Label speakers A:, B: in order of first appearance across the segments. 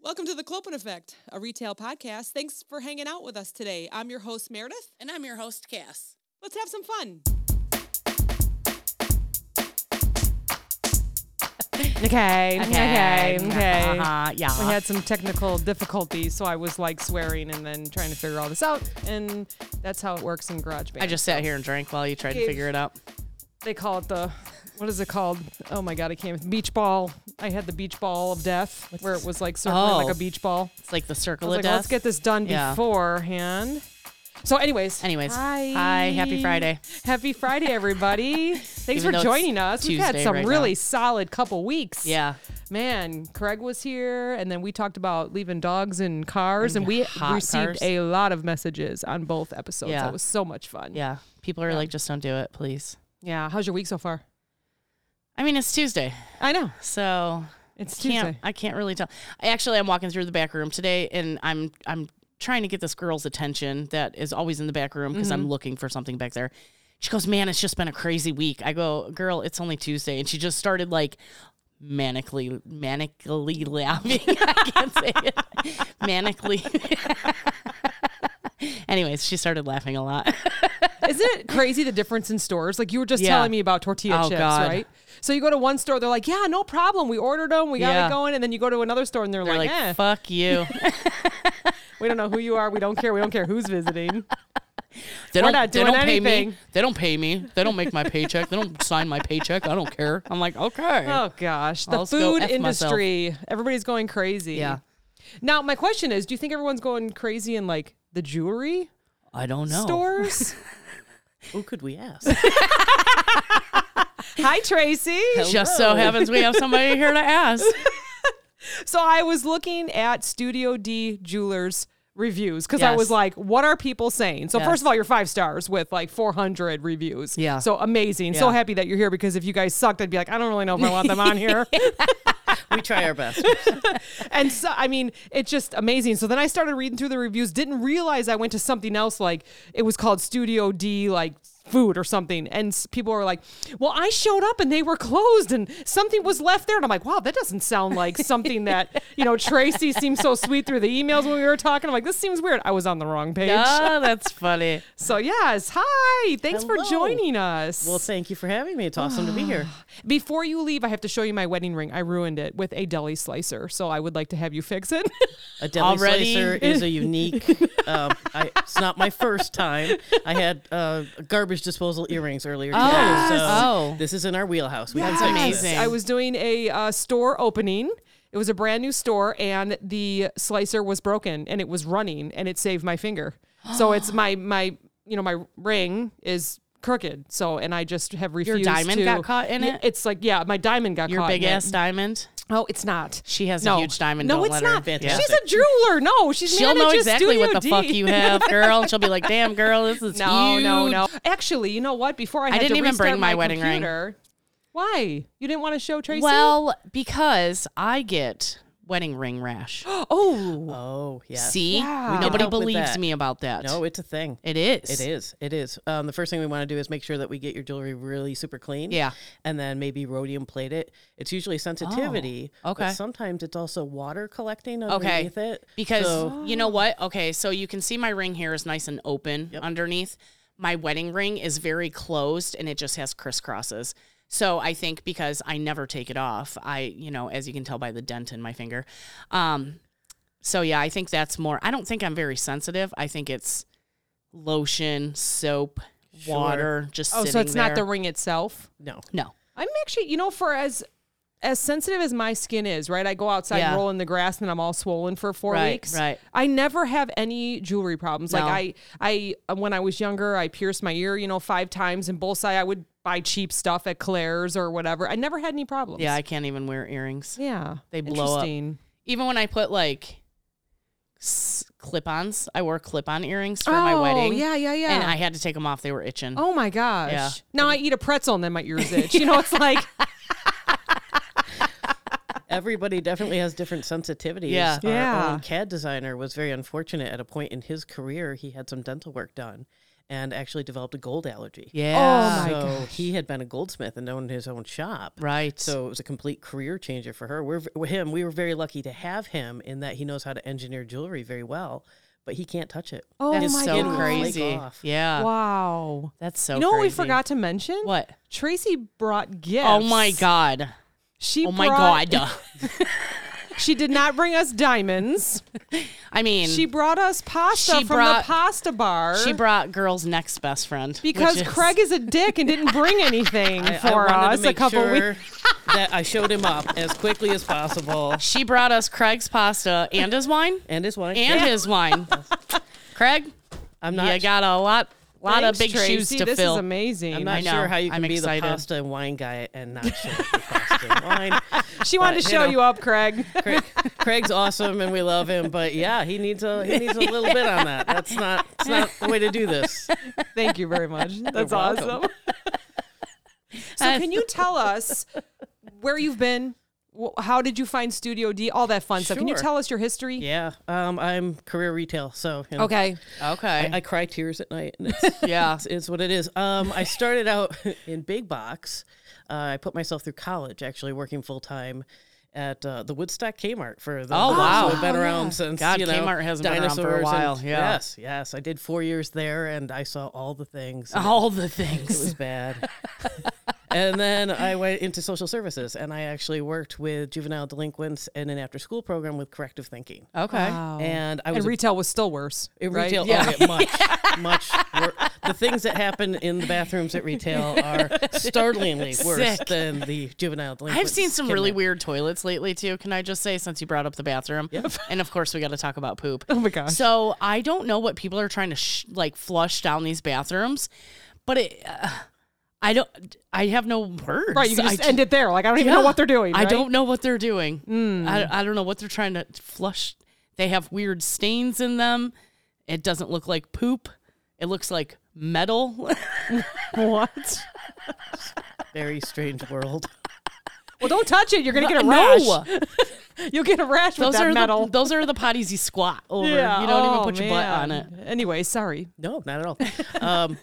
A: Welcome to the Clopen Effect, a retail podcast. Thanks for hanging out with us today. I'm your host, Meredith.
B: And I'm your host, Cass.
A: Let's have some fun.
C: Okay. Okay. Okay.
D: Uh-huh, yeah.
C: We had some technical difficulties, so I was like swearing and then trying to figure all this out, and that's how it works in GarageBand.
D: I just sat here and drank while you tried to
C: Gave-
D: figure it out.
C: they call it the what is it called? Oh my god, I can't. Beach ball. I had the beach ball of death, where it was like circling
D: Oh.
C: like a beach ball.
D: It's like the
C: I
D: circle
C: was
D: of
C: like,
D: death.
C: let's get this done
D: Yeah.
C: beforehand. So, anyways,
D: Anyways,
C: hi,
D: hi, happy Friday.
C: happy Friday, everybody! Thanks
D: Even though
C: for
D: it's
C: joining us. We've had
D: Tuesday
C: some
D: right
C: really
D: now.
C: solid couple weeks.
D: yeah.
C: man, Craig was here, and then we talked about leaving dogs in cars, and,
D: And
C: we
D: hot
C: received
D: cars.
C: a lot of messages on both episodes.
D: Yeah.
C: That was so much fun.
D: Yeah. People are like, just don't do it, please.
C: yeah. How's your week so far?
D: I mean, it's Tuesday,
C: I know
D: so
C: it's
D: can't
C: Tuesday.
D: I can't really tell. I actually I'm walking through the back room today, and I'm I'm trying to get this girl's attention that is always in the back room because I'm looking for something back there. She goes, "Man, it's just been a crazy week." I go, "Girl, it's only Tuesday," and she just started like manically manically laughing. I can't say it. Manically. Anyways, she started laughing a lot.
C: Isn't it crazy the difference in stores? Like you were just
D: Yeah.
C: telling me about tortilla
D: Oh,
C: chips,
D: God.
C: right? So you go to one store, they're like, "Yeah, no problem. We ordered them. We got
D: Yeah.
C: it going." And then you go to another store, and they're,
D: They're
C: like,
D: like,
C: eh,
D: "Fuck you."
C: "We don't know who you are. We don't care. We don't care who's visiting."
D: They
C: We're
D: don't,
C: not
D: they
C: doing
D: don't pay me.
C: anything.
D: They don't pay me. They don't make my paycheck. They don't sign my paycheck. I don't care. I'm like, okay.
C: Oh gosh, the
D: I'll just go
C: food
D: F myself.
C: industry. Everybody's going crazy.
D: Yeah.
C: Now my question is, do you think everyone's going crazy in like the jewelry
D: I don't know.
C: stores?
D: Who could we ask?
C: Hi Tracy.
D: Just so happens we have somebody here to ask.
C: So I was looking at Studio D Jewelers reviews because I
D: Yes.
C: was like, what are people saying? So
D: Yes.
C: first of all, you're five stars with like 400 reviews.
D: Yeah.
C: So amazing. So
D: Yeah.
C: happy that you're here because if you guys sucked, I'd be like, I don't really know if I want them on here.
D: We try our best.
C: and so I mean, it's just amazing. So then I started reading through the reviews, didn't realize I went to something else like it was called Studio D like food or something and s- people were like well i showed up and they were closed and something was left there and i'm like wow that doesn't sound like something that you know tracy seemed so sweet through the emails when we were talking i'm like this seems weird i was on the wrong page
D: Oh, that's funny.
C: so yes hi thanks for
D: Hello.
C: joining us
D: Well, thank you for having me. It's awesome to be here.
C: before you leave i have to show you my wedding ring i ruined it with a deli slicer so i would like to have you fix it
E: A deli
D: Already-
E: slicer is a unique. um, I, it's not my first time. I had uh, garbage disposal earrings earlier. Today,
D: Yes.
E: so
D: Oh.
E: this is in our wheelhouse. We
C: Yes.
E: can fix
D: amazing.
E: This.
C: I was doing a uh, store opening. It was a brand new store, and the slicer was broken, and it was running, and it saved my finger. so it's my my you know my ring is crooked. So and I just have refused.
D: diamond
C: to-
D: got caught in
C: Y-
D: it?
C: It's like yeah, my diamond got
D: Your
C: caught. in
D: big
C: it.
D: ass diamond.
C: No, it's not.
D: She has
C: No.
D: a huge diamond.
C: No,
D: Don't
C: it's
D: let
C: not.
D: Her.
E: Fantastic.
C: She's a jeweler. No, she's
D: She'll know
C: manages
D: exactly what
C: Studio
D: the fuck
C: D.
D: you have, girl. And she'll be like, damn, girl, this is
C: No,
D: huge.
C: no, no. Actually, you know what? Before I, had
D: didn't
C: to
D: even
C: restart
D: bring my wedding ring.
C: computer- Why? You didn't want to show Tracy?
D: Well, because I get wedding ring rash.
C: oh,
E: Oh yeah.
D: See,
C: Yeah.
D: nobody
E: help with
D: believes
E: that.
D: me about that.
E: No, Oh, it's a thing.
D: it is.
E: It is. It is. Um, the first thing we want to do is make sure that we get your jewelry really super clean.
D: Yeah. Oh,
E: And then maybe rhodium plate it. It's usually sensitivity.
D: okay.
E: But sometimes it's also water collecting
D: Okay.
E: underneath it.
D: Because
E: So,
D: you know what? Okay, so you can see my ring here is nice and open underneath. My wedding ring is very closed and it just has crisscrosses. So I think because I never take it off, I, you know, as you can tell by the dent in my finger. Um, so yeah, I think that's more. I don't think I'm very sensitive. I think it's lotion, soap, water, just
C: Oh,
D: sitting
C: so it's not the
D: there.
C: ring itself.
E: no.
D: no.
C: I'm actually, you know, for as as sensitive as my skin is, right? I go outside,
D: Yeah.
C: roll in the grass, and I'm all swollen for four
D: Right,
C: weeks.
D: right.
C: I never have any jewelry problems.
D: No.
C: Like I, I when I was younger, I pierced my ear, you know, five times, and both side I would buy cheap stuff at Claire's or whatever. I never had any problems.
D: Yeah, I can't even wear earrings.
C: yeah,
D: They blow up.
C: Interesting.
D: even when I put like s- clip-ons, I wore clip-on earrings for
C: oh,
D: my wedding.
C: yeah, yeah, yeah.
D: And I had to take them off; they were itching.
C: oh my gosh.
D: Yeah.
C: Now I eat a pretzel and then my ears itch. You know, it's like
E: Everybody definitely has different sensitivities.
D: Yeah.
E: Our
C: Yeah.
E: own CAD designer was very unfortunate at a point in his career. He had some dental work done. and actually developed a gold allergy.
D: Yeah.
C: oh my
E: so
C: gosh.
E: he had been a goldsmith and owned his own shop.
D: Right.
E: So it was a complete career changer for her. We're v- with him. We were very lucky to have him in that he knows how to engineer jewelry very well, but he can't touch it.
C: Oh
D: that is
C: my
D: so
E: God.
D: crazy.
E: Flake off.
D: Yeah.
C: Wow.
D: That's so
C: you know what we
D: crazy.
C: forgot to mention?
D: What?
C: Tracy brought gifts.
D: Oh my god.
C: She
D: Oh my
C: brought-
D: god.
C: She did not bring us diamonds.
D: I mean,
C: She
D: she,
C: brought us pasta
D: She
C: from
D: brought-
C: the pasta bar.
D: brought girl's next best friend which
C: because
D: is-
C: Craig is a dick and didn't bring anything
E: I- I
C: for
E: wanted to
C: us a
E: make
C: couple
E: sure
C: weeks.
E: that I showed him up as quickly as possible.
D: She brought us Craig's pasta and his wine
E: And his wife.
D: and his wine. Craig,
E: I'm
D: you
E: not
D: got a lot, lot
C: Thanks,
D: of big shoes
C: Tracy.
D: to
C: this
D: fill.
C: is amazing.
E: I'm not
D: I know.
E: sure how you can
D: I'm
E: be
D: excited.
E: the pasta and wine guy and not show up with pasta and wine.
C: she wanted to
E: but,
C: show
E: you know.
C: you up, Craig.
E: Craig, Craig's awesome and we love him, but yeah, he needs a he needs a little bit on that. That's not it's not the way to do this.
C: Thank you very much. That's
E: welcome.
C: awesome. so, can you tell us where you've been? Wh- How did you find Studio D? All that fun stuff. Can you
E: Sure.
C: tell us your history?
E: Yeah, um, I'm career retail, so you know,
C: Okay.
D: Okay.
E: I, I cry tears at night. And it's,
D: yeah.
E: it's, it's what it is. Um, I started out in big box. Uh, I put myself through college, actually working full time at uh, the Woodstock Kmart for the.
D: Oh,
E: those
D: wow.
E: who have been
C: Oh,
E: around
C: yeah.
E: since
D: God,
E: you know,
D: Kmart hasn't been around for a
E: dinosaurs and-
D: while, yeah.
E: Yes, yes. I did four years there, and I saw all the things. and
D: All the
E: It
D: things.
E: was bad. and then I went into social services, and I actually worked with juvenile delinquents in an after-school program with corrective thinking.
D: Okay.
E: And I was
C: And
E: a
C: retail was still worse.
E: it
C: right?
E: retail,
C: Yeah.
E: oh, yeah, much, much. Wor- the things that happen in the bathrooms at retail are startlingly worse
D: Sick.
E: than the juvenile
D: I've
E: delinquents.
D: seen some really weird toilets lately too. Can I just say, since you brought up the bathroom, and of course we got to talk about poop. Oh
C: my gosh.
D: So I don't know what people are trying to sh- like flush down these bathrooms, but it, uh, I don't. I have no words.
C: Right. You can
D: I
C: just
D: ju-
C: end it there. Like, I don't even know
D: Yeah.
C: what they're doing.
D: I
C: right? Hmm.
D: don't know what they're doing. I, I don't know what they're trying to flush. They have weird stains in them. It doesn't look like poop. It looks like metal.
C: What?
E: very strange world.
C: Well, don't touch it. You're going to get a rash.
D: no,
C: You'll get a rash with
D: those
C: that
D: are
C: metal.
D: the those are the potties you squat over. You don't
C: Oh,
D: even put your butt on it.
C: man. Anyway, sorry.
E: No, not at all. Um,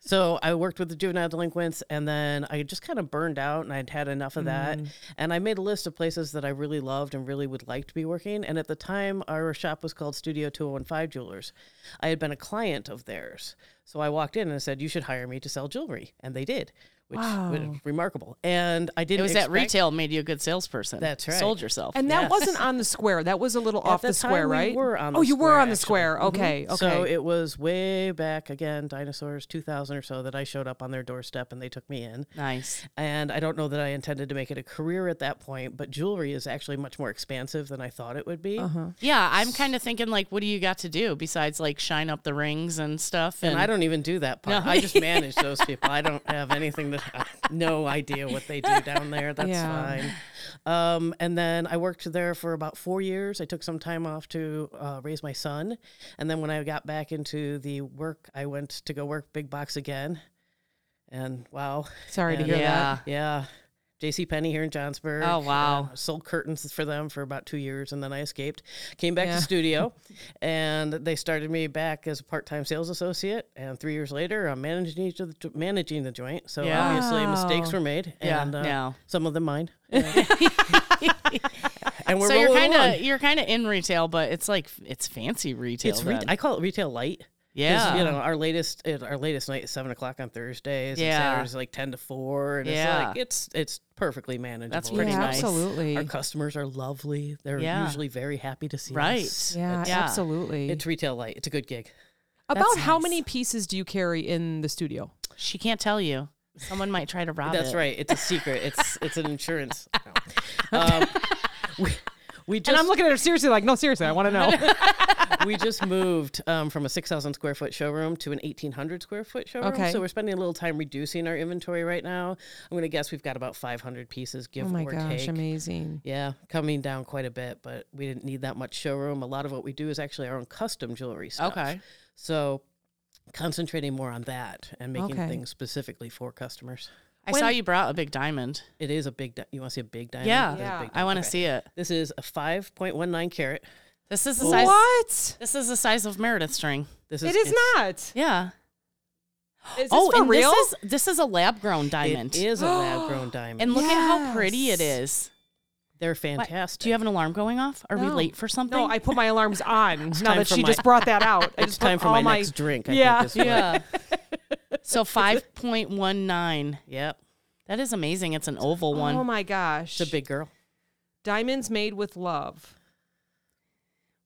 E: so I worked with the juvenile delinquents, and then I just kind of burned out, and I'd had enough of that.
D: Mm.
E: And I made a list of places that I really loved and really would like to be working. And at the time, our shop was called Studio 2015 Jewelers. I had been a client of theirs, so I walked in and I said, "You should hire me to sell jewelry," and they did, which was remarkable. And I didn't.
D: It was that
E: expect-
D: retail made you a good salesperson.
E: That's right.
D: Sold yourself.
C: And that wasn't on the square. That was a little off
E: the
C: the
E: time,
C: square,
E: we
C: right?
E: were on
C: oh,
E: the
C: you were
E: square,
C: on the
E: actually.
C: square.
D: Mm-hmm.
C: Okay, okay.
E: So it was way back again, dinosaurs, 2000 or so, that I showed up on their doorstep and they took me in.
D: nice.
E: And I don't know that I intended to make it a career at that point, but jewelry is actually much more expansive than I thought it would be.
D: Yeah, I'm kind of thinking like, what do you got to do besides like shine up the rings and stuff? And,
E: And I don't even do that part. I just manage those people. I don't have anything that, I have no idea what they do down there. That's
C: Yeah.
E: fine. Um, and then I worked there for about four years. I took some time off to uh, raise my son. And then when I got back into the work, I went to go work big box again. And wow.
C: Sorry to
E: and-
C: hear
D: yeah.
E: Yeah. JC Penney here in Johnsburg.
D: Oh, wow.
E: Uh, sold curtains for them for about two years and then I escaped. Came back
C: Yeah.
E: to studio and they started me back as a part time sales associate. And three years later, I'm managing each of the, managing the joint. So
D: Yeah.
E: obviously mistakes were made.
D: Yeah,
E: And, uh,
D: no.
E: Some of them mine. and we're
D: so you're
E: rolling
D: kind of
E: along.
D: you're kind of in retail, but it's like it's fancy retail.
E: It's re-
D: then.
E: I call it retail light. 'Cause,
D: yeah.
E: You know, our latest it, our latest night is seven o'clock on Thursdays.
D: Yeah.
E: And Saturdays is like ten to four. And
D: Yeah.
E: it's like it's it's perfectly manageable.
D: That's
E: It's
D: pretty
C: yeah,
D: nice.
C: absolutely.
E: Our customers are lovely. They're
D: Yeah.
E: usually very happy to see
D: Right.
E: us.
C: Yeah,
D: Yeah.
C: absolutely.
E: It's retail light. It's a good gig.
C: About how
D: nice.
C: many pieces do you carry in the studio?
D: she can't tell you. Someone might try to rob
E: That's
D: it.
E: right. It's a secret. It's it's an insurance. No. Um, we, we just
C: and I'm looking at her seriously like, no, seriously, I want to know.
E: we just moved um, from a 6,000 square foot showroom to an 1,800 square foot showroom.
C: Okay.
E: So we're spending a little time reducing our inventory right now. I'm going to guess we've got about 500 pieces, give
C: oh my
E: or
C: gosh,
E: take.
C: amazing.
E: Yeah, coming down quite a bit, but we didn't need that much showroom. A lot of what we do is actually our own custom jewelry stuff.
D: Okay.
E: So concentrating more on that and making
C: Okay.
E: things specifically for customers.
D: I saw you brought a big diamond.
E: It is a big, di- you want to see a big diamond?
D: Yeah.
E: There's a
C: Yeah.
E: big
D: I want to
E: diamond. Okay.
D: see it.
E: This is a 5.19 carat.
D: This is the size.
C: What?
D: This is the size of Meredith's ring.
E: This is
C: It is
E: it's-
C: not.
D: Yeah.
C: Is this
D: oh,
C: for
D: and
C: real?
D: this is this is a lab grown diamond.
E: It is a lab grown diamond.
D: And look at how pretty it
C: Yes.
D: is.
E: They're
D: What?
E: fantastic.
D: Do you have an alarm going off? Are we
C: No.
D: late for something?
C: no, I put my alarms on now
E: time
C: that
E: for
C: she
E: my-
C: just brought that out. I
E: it's
C: just put
E: time for
C: all
E: my, next drink. I
C: Yeah.
E: Think is what-
D: yeah. so 5.19.
E: Yep.
D: That is amazing. It's an oval one.
C: Oh my gosh.
E: It's a big girl.
C: Diamonds made with love.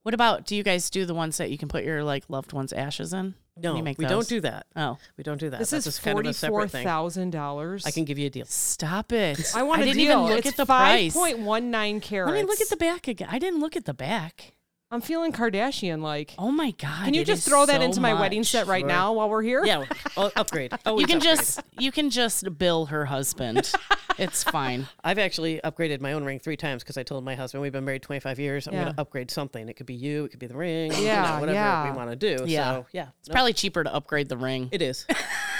D: What about do you guys do the ones that you can put your like loved one's ashes in?
E: No,
D: you make
E: we
D: those?
E: don't do that.
D: Oh,
E: We don't do that.
C: This
E: That's
C: is
E: just kind of a
C: forty-four
E: separate thing.
C: thousand dollars.
E: I can give you a deal.
D: stop it!
C: I want
D: I
C: a
D: didn't
C: deal.
D: even look
C: it's
D: at the
C: five
D: price.
C: point one nine carats.
D: Let me look at the back again. I didn't look at the back.
C: I'm feeling Kardashian like.
D: Oh my god!
C: can you
D: it
C: just
D: is
C: throw that
D: so
C: into my wedding
D: much.
C: set right
E: Sure.
C: now while we're here?
E: Yeah. well, upgrade. Always
D: You can
E: upgrade.
D: just you can just bill her husband. it's fine.
E: I've actually upgraded my own ring three times because I told my husband we've been married 25 years. I'm
C: Yeah.
E: going to upgrade something. It could be you. It could be the ring. you know,
C: Yeah,
E: whatever
C: yeah.
E: we want to do.
D: Yeah.
E: So yeah.
D: It's
E: no,
D: probably cheaper to upgrade the ring.
E: it is.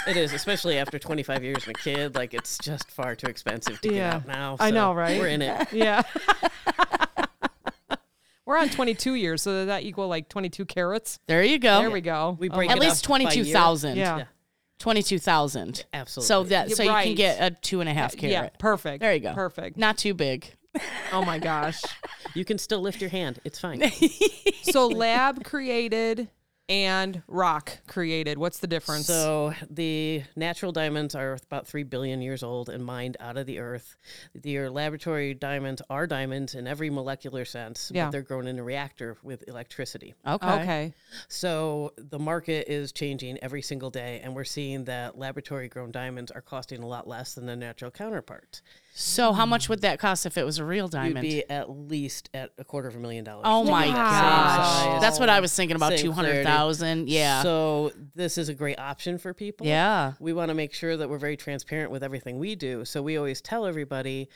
E: It is, especially after 25 years and a kid. Like it's just far too expensive to
C: Yeah.
E: get out now.
C: I
E: so
C: know, right?
E: We're in it.
C: Yeah. we're on twenty two years, so does that equal like twenty two carats?
D: There you go.
C: There we go.
E: We
C: Oh
E: break
C: my-
D: At
E: it
D: least
E: up by year.
D: twenty two thousand.
C: Yeah.
D: Twenty two thousand.
E: Absolutely.
D: So that
C: Yeah,
D: so you can
C: right.
D: get a two and a half carat.
C: Yeah. Perfect.
D: There you go.
C: Perfect.
D: Not too big.
C: Oh my gosh.
E: you can still lift your hand. It's fine.
C: so lab created and rock created. What's the difference?
E: So the natural diamonds are about three billion years old and mined out of the earth. Your laboratory diamonds are diamonds in every molecular sense,
C: Yeah.
E: but they're grown in a reactor with electricity.
D: Okay.
C: okay.
E: So the market is changing every single day, and we're seeing that laboratory grown diamonds are costing a lot less than the natural counterparts.
D: So how much would that cost if it was a real
E: You'd
D: diamond?
E: be at least at a quarter of a million dollars.
D: oh my
C: Wow.
D: gosh.
E: size.
D: That's what I was thinking about
E: Same
D: two hundred thousand. Yeah.
E: So this is a great option for people.
D: yeah.
E: we want to make sure that we're very transparent with everything we do. So we always tell everybody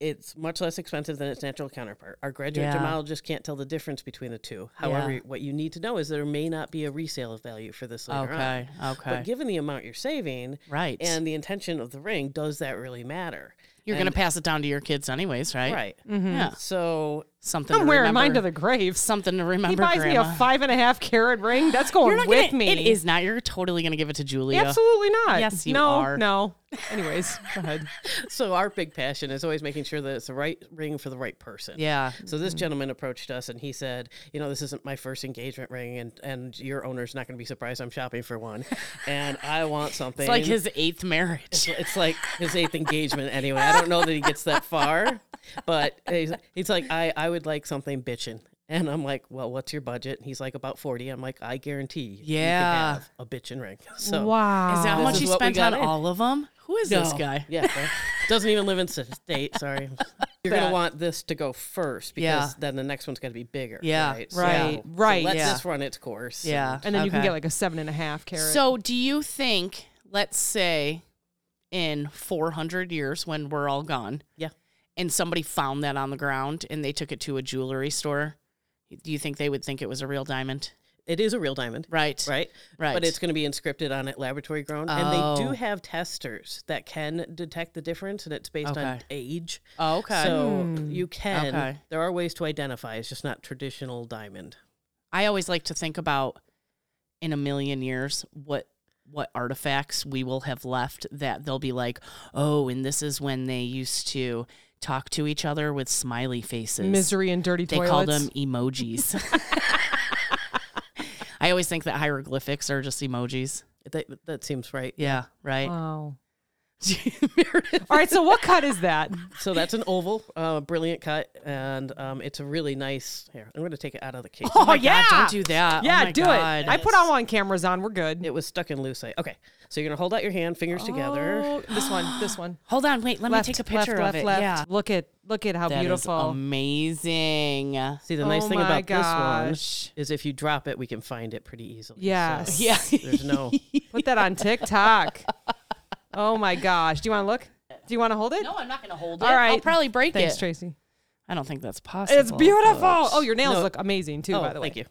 E: it's much less expensive than its natural counterpart. Our graduate
D: Yeah.
E: gemologist can't tell the difference between the two. However,
D: Yeah.
E: what you need to know is there may not be a resale value for this later
D: Okay.
E: on.
D: Okay.
E: But given the amount you're saving
D: Right.
E: and the intention of the ring, does that really matter?
D: You're gonna pass it down to your kids anyways, right? Mm-hmm.
E: Right.
D: Yeah.
E: So
D: Something
C: I'm
D: to
C: wearing
D: remember.
C: mine to the grave.
D: something to remember.
C: He buys
D: grandma.
C: me a five and a half carat ring. That's going
D: You're not
C: with
D: gonna-
C: me.
D: It is not. You're totally gonna give it to Julia.
C: Absolutely not.
D: Yes, you
C: no,
D: are.
C: No. Anyways, go ahead.
E: so our big passion is always making sure that it's the right ring for the right person.
D: Yeah. Mm-hmm.
E: So this gentleman approached us and he said, "You know, this isn't my first engagement ring, and and your owner's not going to be surprised I'm shopping for one, and I want something."
D: It's like his eighth marriage.
E: It's like his eighth engagement anyway. I don't know that he gets that far, but he's, he's like, I, I would like something bitchin'. And I'm like, well, what's your budget? And he's like, about 40. I'm like, I guarantee
D: Yeah.
E: you can have a bitchin' ring. So,
C: wow.
D: Is that how
E: This
D: much
E: is
D: you
E: what we
D: spent on
E: got in.
D: all of them? Who is this guy?
E: Yeah. right? Doesn't even live in the state. Sorry. You're going to want this to go first because
D: Yeah.
E: then the next one's going to be bigger.
D: Yeah,
E: Right.
C: right,
E: So,
C: right,
E: So let
D: yeah.
E: this run its course.
D: Yeah.
E: and-
C: and then you can
D: Okay.
C: get like a seven and a half carat.
D: So, do you think, let's say, in 400 years when we're all gone,
E: yeah.
D: and somebody found that on the ground and they took it to a jewelry store, do you think they would think it was a real diamond?
E: It is a real diamond.
D: Right.
E: Right.
D: Right.
E: But it's going to be inscripted on it, laboratory grown. And they
D: Oh.
E: do have testers that can detect the difference, and it's based on
D: Okay.
E: age.
D: Oh, okay.
E: So you can.
D: Okay.
E: There are ways to identify. It's just not traditional diamond.
D: I always like to think about in a million years what what artifacts we will have left that they'll be like, oh, and this is when they used to talk to each other with smiley faces.
C: misery and dirty
D: They
C: toilets.
D: call them emojis. I always think that hieroglyphics are just emojis.
E: That, that seems right.
D: Yeah, right.
C: Wow.
D: Meredith.
C: All right. So what cut is that?
D: Oh
E: So that's an oval, uh, brilliant cut, and um, it's a really nice. Here, I'm going to take it out of the case.
C: Oh,
D: my
C: yeah.
D: God, don't do that. Oh
C: Yeah,
D: my
C: do
D: God.
C: it. I put all on cameras on. We're good.
E: It was stuck in loose. Okay, so you're going to hold out your hand, fingers together.
C: Oh, this one. This one.
D: Hold on, wait. Let
C: left,
D: me take a picture
C: left,
D: of
C: left,
D: it.
C: Left.
D: Yeah,
C: Look at look at how
D: That is
C: beautiful.
D: amazing.
E: See, the nice
C: Oh
E: thing
C: my
E: about this
C: gosh.
E: one is if you drop it, we can find it pretty easily. So
C: Yes.
D: Yeah.
E: there's no.
C: Put that on TikTok. oh my gosh. Do you want to look? Do you want to hold it?
D: No, I'm not going to hold it.
C: All right.
D: I'll probably break
C: Thanks,
D: it.
C: Tracy.
D: I don't think that's possible.
C: It's beautiful.
D: but-
C: Oh, your nails look amazing too,
E: Oh,
C: by the way.
E: thank you.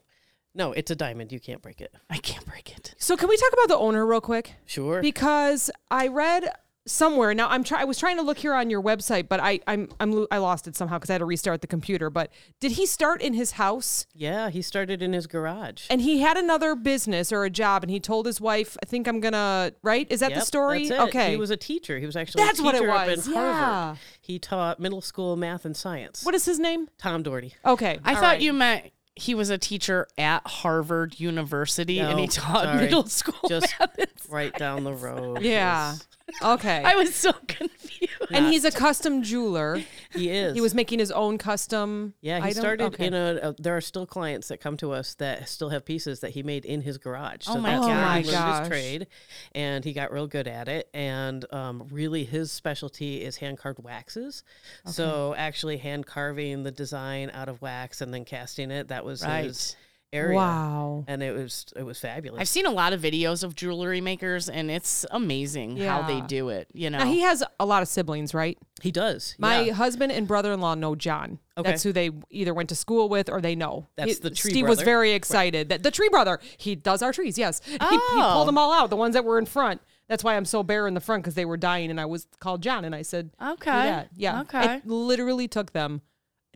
E: No, it's a diamond. You can't break it.
D: I can't break it.
C: So can we talk about the owner real quick?
E: Sure.
C: Because I read somewhere. Now I'm try I was trying to look here on your website, but I I'm I'm lo- I lost it somehow because I had to restart the computer. But did he start in his house?
E: Yeah, he started in his garage.
C: And he had another business or a job, and he told his wife, "I think I'm gonna." Right? Is that the
E: Yep,
C: story?
E: that's it.
C: Okay.
E: He was a teacher. He was actually
C: That's
E: a
C: what it
E: teacher
C: was,
E: up in
C: yeah.
E: Harvard. He taught middle school math and science.
C: what is his name?
E: Tom Doherty.
C: Okay.
D: I
C: all
D: thought
C: right.
D: you meant he was a teacher at Harvard University and he
E: No,
D: taught
E: Oh, sorry.
D: middle school.
E: Just
D: math and science.
E: right down the road.
C: Yeah.
E: is-
C: Okay.
D: I was so confused.
C: and he's a custom jeweler.
E: He is.
C: He was making his own custom.
E: Yeah, he
C: item?
E: started
C: Okay.
E: in a, a. There are still clients that come to us that still have pieces that he made in his garage. So
D: Oh my
E: that's where
D: gosh.
C: Oh
E: he
C: my
E: learned
C: gosh.
E: his trade, and he got real good at it. And um, really, his specialty is hand carved waxes. So actually, hand carving the design out of wax and then casting it—that was
D: Right.
E: his area.
C: Wow.
E: And it was it was
D: I've
E: fabulous.
D: seen a lot of videos of jewelry makers and it's amazing how they
C: Yeah.
D: do it, you know.
C: Now he has a lot of siblings, right?
E: He does.
C: My
E: yeah.
C: husband and brother-in-law know John.
E: Okay.
C: That's who they either went to school with or they know.
E: That's
C: He-
E: the tree
C: Steve was
E: brother?
C: very excited that the tree brother. He does our trees. Yes, he, he
D: Oh.
C: pulled them all out. The ones that were in front. That's why I'm so bare in the front because they were dying, and I was called John, and I said, "Do
D: Okay.
C: that. yeah."
D: Okay.
C: It literally took them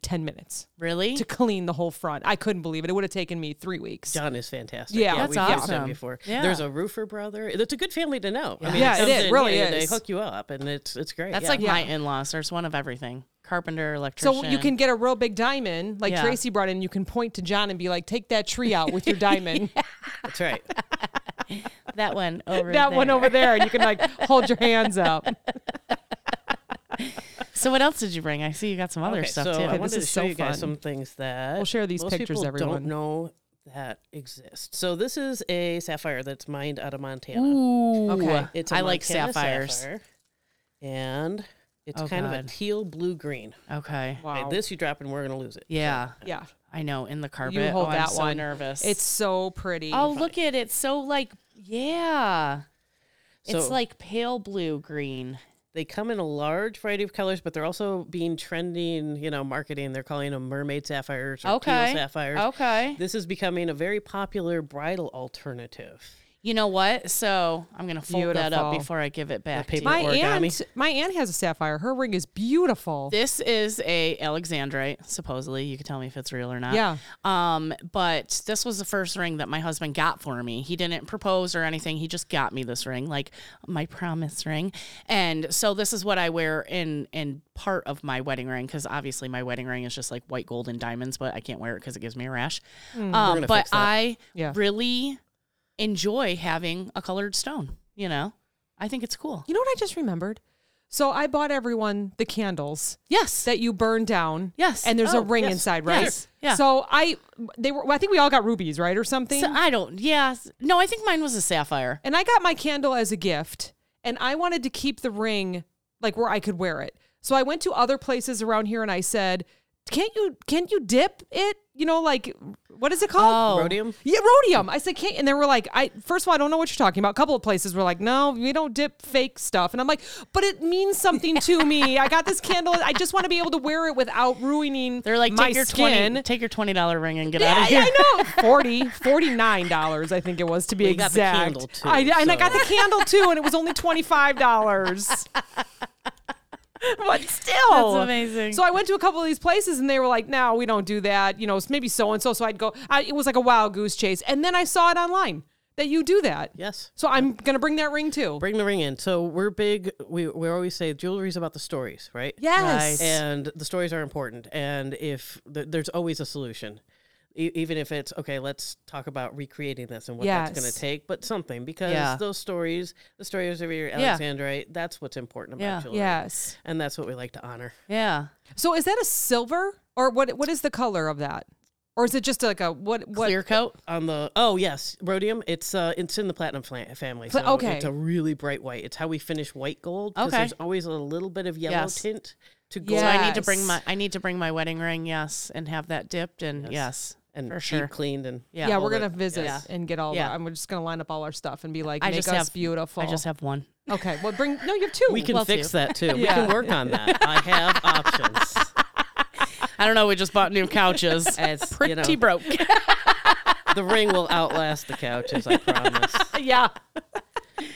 C: ten minutes
D: really?
C: to clean the whole front. I couldn't believe it. It would have taken me three weeks.
E: John is fantastic.
C: Yeah, that's
E: we've used him
D: awesome.
E: Before.
D: Yeah.
E: There's a roofer brother. It's a good family to know. I mean,
C: Yeah, it
E: he comes
C: is.
E: in
C: Really
E: here and
C: is.
E: They hook you up, and it's it's great.
D: That's
E: yeah.
D: like my
C: Yeah.
D: in-laws. There's one of everything. Carpenter, electrician.
C: So you can get a real big diamond, like
D: Yeah.
C: Tracy brought in. You can point to John and be like, "Take that tree out with your diamond,
E: that's right.
D: that one over
C: that one
D: there.
C: over there," and you can like hold your hands up.
D: So what else did you bring? I see you got some other
E: Okay,
D: stuff
E: so
D: too.
E: I wanted
C: this
E: to
C: is
E: show
C: so
E: you guys
C: fun.
E: some things that we'll
C: share these
E: most
C: pictures,
E: people
C: everyone.
E: Don't know that exist. So this is a sapphire that's mined out of Montana.
D: Ooh.
C: Okay.
E: It's a
D: I like
E: Montana
D: sapphires.
E: sapphire, and it's
D: Oh,
E: kind of
D: God.
E: a teal blue green.
D: Okay.
C: Wow.
E: this you drop and we're gonna lose it.
D: Yeah.
C: yeah.
D: I know in the carpet.
C: You hold
D: oh,
C: that
D: I'm so
C: one.
D: nervous.
C: It's so pretty.
D: Oh, look at it. It's so like yeah. it's
E: So-
D: like pale blue green.
E: They come in a large variety of colors, but they're also being trending. You know, marketing. They're calling them mermaid sapphires or
D: Okay.
E: teal sapphires.
D: Okay.
E: This is becoming a very popular bridal alternative.
D: You know what? So I'm gonna fold that up
C: Beautiful.
D: before I give it back.
E: paper
D: To
C: my
D: you.
C: aunt.
E: origami.
C: My aunt has a sapphire. Her ring is beautiful.
D: This is a Alexandrite, supposedly. You can tell me if it's real or not.
C: Yeah.
D: Um, but this was the first ring that my husband got for me. He didn't propose or anything. He just got me this ring, like my promise ring. And so this is what I wear in in part of my wedding ring because obviously my wedding ring is just like white gold and diamonds, but I can't wear it because it gives me a rash.
C: Hmm,
D: Um,
E: gonna
D: but
E: fix that.
D: I
C: Yeah.
D: really enjoy having a colored stone. You know, I think it's cool.
C: You know what I just remembered? So I bought everyone the candles
D: Yes.
C: that you burn down.
D: Yes.
C: And there's
D: Oh,
C: a ring
D: yes.
C: inside, right?
D: Yes. Yeah.
C: So I, they were. I think we all got rubies, right, or something.
D: So I don't. Yeah. No, I think mine was a sapphire.
C: and I got my candle as a gift, and I wanted to keep the ring like where I could wear it. So I went to other places around here, and I said, "Can't you? Can you dip it? You know, like what is it called?
D: Oh.
E: Rhodium.
C: Yeah, rhodium. I said, can't. And they were like, I first of all, I don't know what you're talking about. A couple of places were like, no, we don't dip fake stuff. And I'm like, but it means something to me. I got this candle. I just want to be able to wear it without ruining.
D: They're like,
C: my
D: take your
C: skin.
D: twenty, take your twenty dollar ring and get out
C: yeah,
D: of here.
C: yeah, I know. 40 49 dollars, I think it was to be
E: got
C: exact.
E: the candle, too,
C: I, and I
E: so-
C: got the candle too, and it was only twenty five dollars. But still,
D: That's amazing.
C: So I went to a couple of these places, and they were like, "No, we don't do that." You know, it's maybe so and so. So I'd go. I, it was like a wild goose chase, and then I saw it online that you do that.
E: Yes.
C: So I'm gonna bring that ring too.
E: Bring the ring in. So we're big. We we always say jewelry's about the stories, right?
C: Yes. Right.
E: And the stories are important. And if th- there's always a solution, e- even if it's okay, let's talk about recreating this and what that's going
C: Yes.
E: to take, but something because
D: Yeah.
E: those stories, the stories of your Alexandrite, that's what's important about
D: Yeah.
E: jewelry.
C: Yes.
E: And that's what we like to honor.
D: yeah.
C: So is that a silver or what? What is the color of that? Or is it just like a what? What?
D: Clear coat.
E: on the oh yes rhodium it's uh it's in the platinum fla- family
C: Pla-
E: so
C: okay.
E: it's a really bright white it's how we finish white gold because
D: Okay.
E: there's always a little bit of yellow
D: Yes.
E: tint to gold
C: Yeah.
D: So I need to bring
C: Yes.
D: my I need to bring my wedding ring, yes, and have that dipped and yes.
E: and
D: for
E: deep
D: sure.
E: cleaned and
D: Yeah.
C: Yeah, we're
E: all
C: gonna
E: that-
C: visit
D: yeah.
C: and get all.
D: Yeah.
C: Yeah. I'm just gonna line up all our stuff and be like,
D: I
C: make
D: just
C: us
D: have
C: beautiful.
D: I just have one.
C: Okay, well, bring no. You have two.
E: we can
D: Well,
E: fix
D: too.
E: that too we
C: Yeah.
E: can work on that i have options
D: I don't know, we just bought new couches.
E: It's, you
D: Pretty
E: know.
D: broke.
E: the ring will outlast the couches i promise
C: yeah.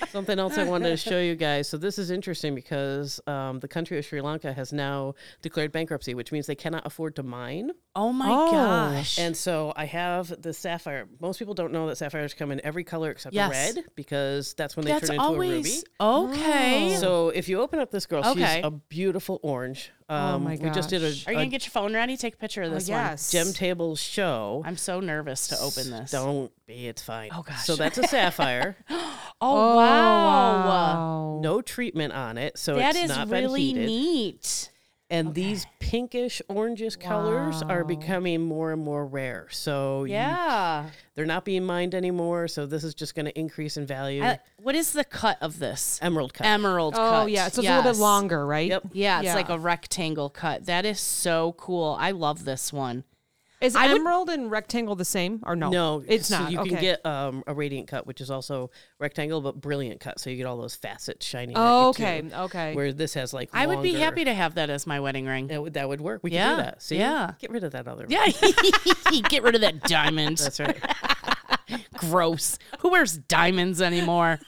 E: Something else I wanted to show you guys. So this is interesting because um, the country of Sri Lanka has now declared bankruptcy, which means they cannot afford to mine.
D: Oh my
C: Oh,
D: gosh.
E: And so I have the sapphire. Most people don't know that sapphires come in every color except
D: Yes.
E: red because that's when they
D: That's
E: turn into a ruby. Oh.
D: always okay.
E: So if you open up this girl,
D: Okay. Oh
E: she's a beautiful orange. Um,
C: my
E: We just did a,
C: gosh.
D: Are you
E: a
D: gonna get your phone ready? Take a picture
C: Oh,
D: of this
A: yes.
E: gem table show.
D: one. I'm so nervous to open this.
E: Don't be. It's fine.
D: Oh, gosh.
E: So that's a sapphire.
D: Oh,
C: Oh,
D: wow.
C: wow.
E: no treatment on it, so
D: That
E: it's
D: is
E: not been
D: really
E: heated.
D: neat.
E: And these pinkish orangish colors are becoming more and more rare. So you-
D: Yeah.
E: they're not being mined anymore. So this is just going to increase in value.
D: I- what is the cut of this?
E: Emerald cut.
D: Emerald cut.
C: Oh yeah, so it's a little
D: Yes.
C: bit longer, right?
E: Yep.
D: Yeah, it's
C: Yeah.
D: like a rectangle cut. That is so cool. I love this one.
C: Is
D: I would-
C: emerald and rectangle the same or no?
E: no,
C: Oh, it's
E: so
C: not.
E: You
C: okay.
E: can get um, a radiant cut, which is also rectangle but brilliant cut. So you get all those facets shining. at you,
C: Oh, okay,
E: too.
C: okay.
E: Where this has like,
D: I would be
E: longer-
D: happy to have that as my wedding ring.
E: That would, that would work. We
D: Yeah,
E: can do that. See,
D: yeah.
E: get rid of that other.
D: Yeah. Get rid of that diamond.
E: that's right.
D: Gross. Who wears diamonds anymore?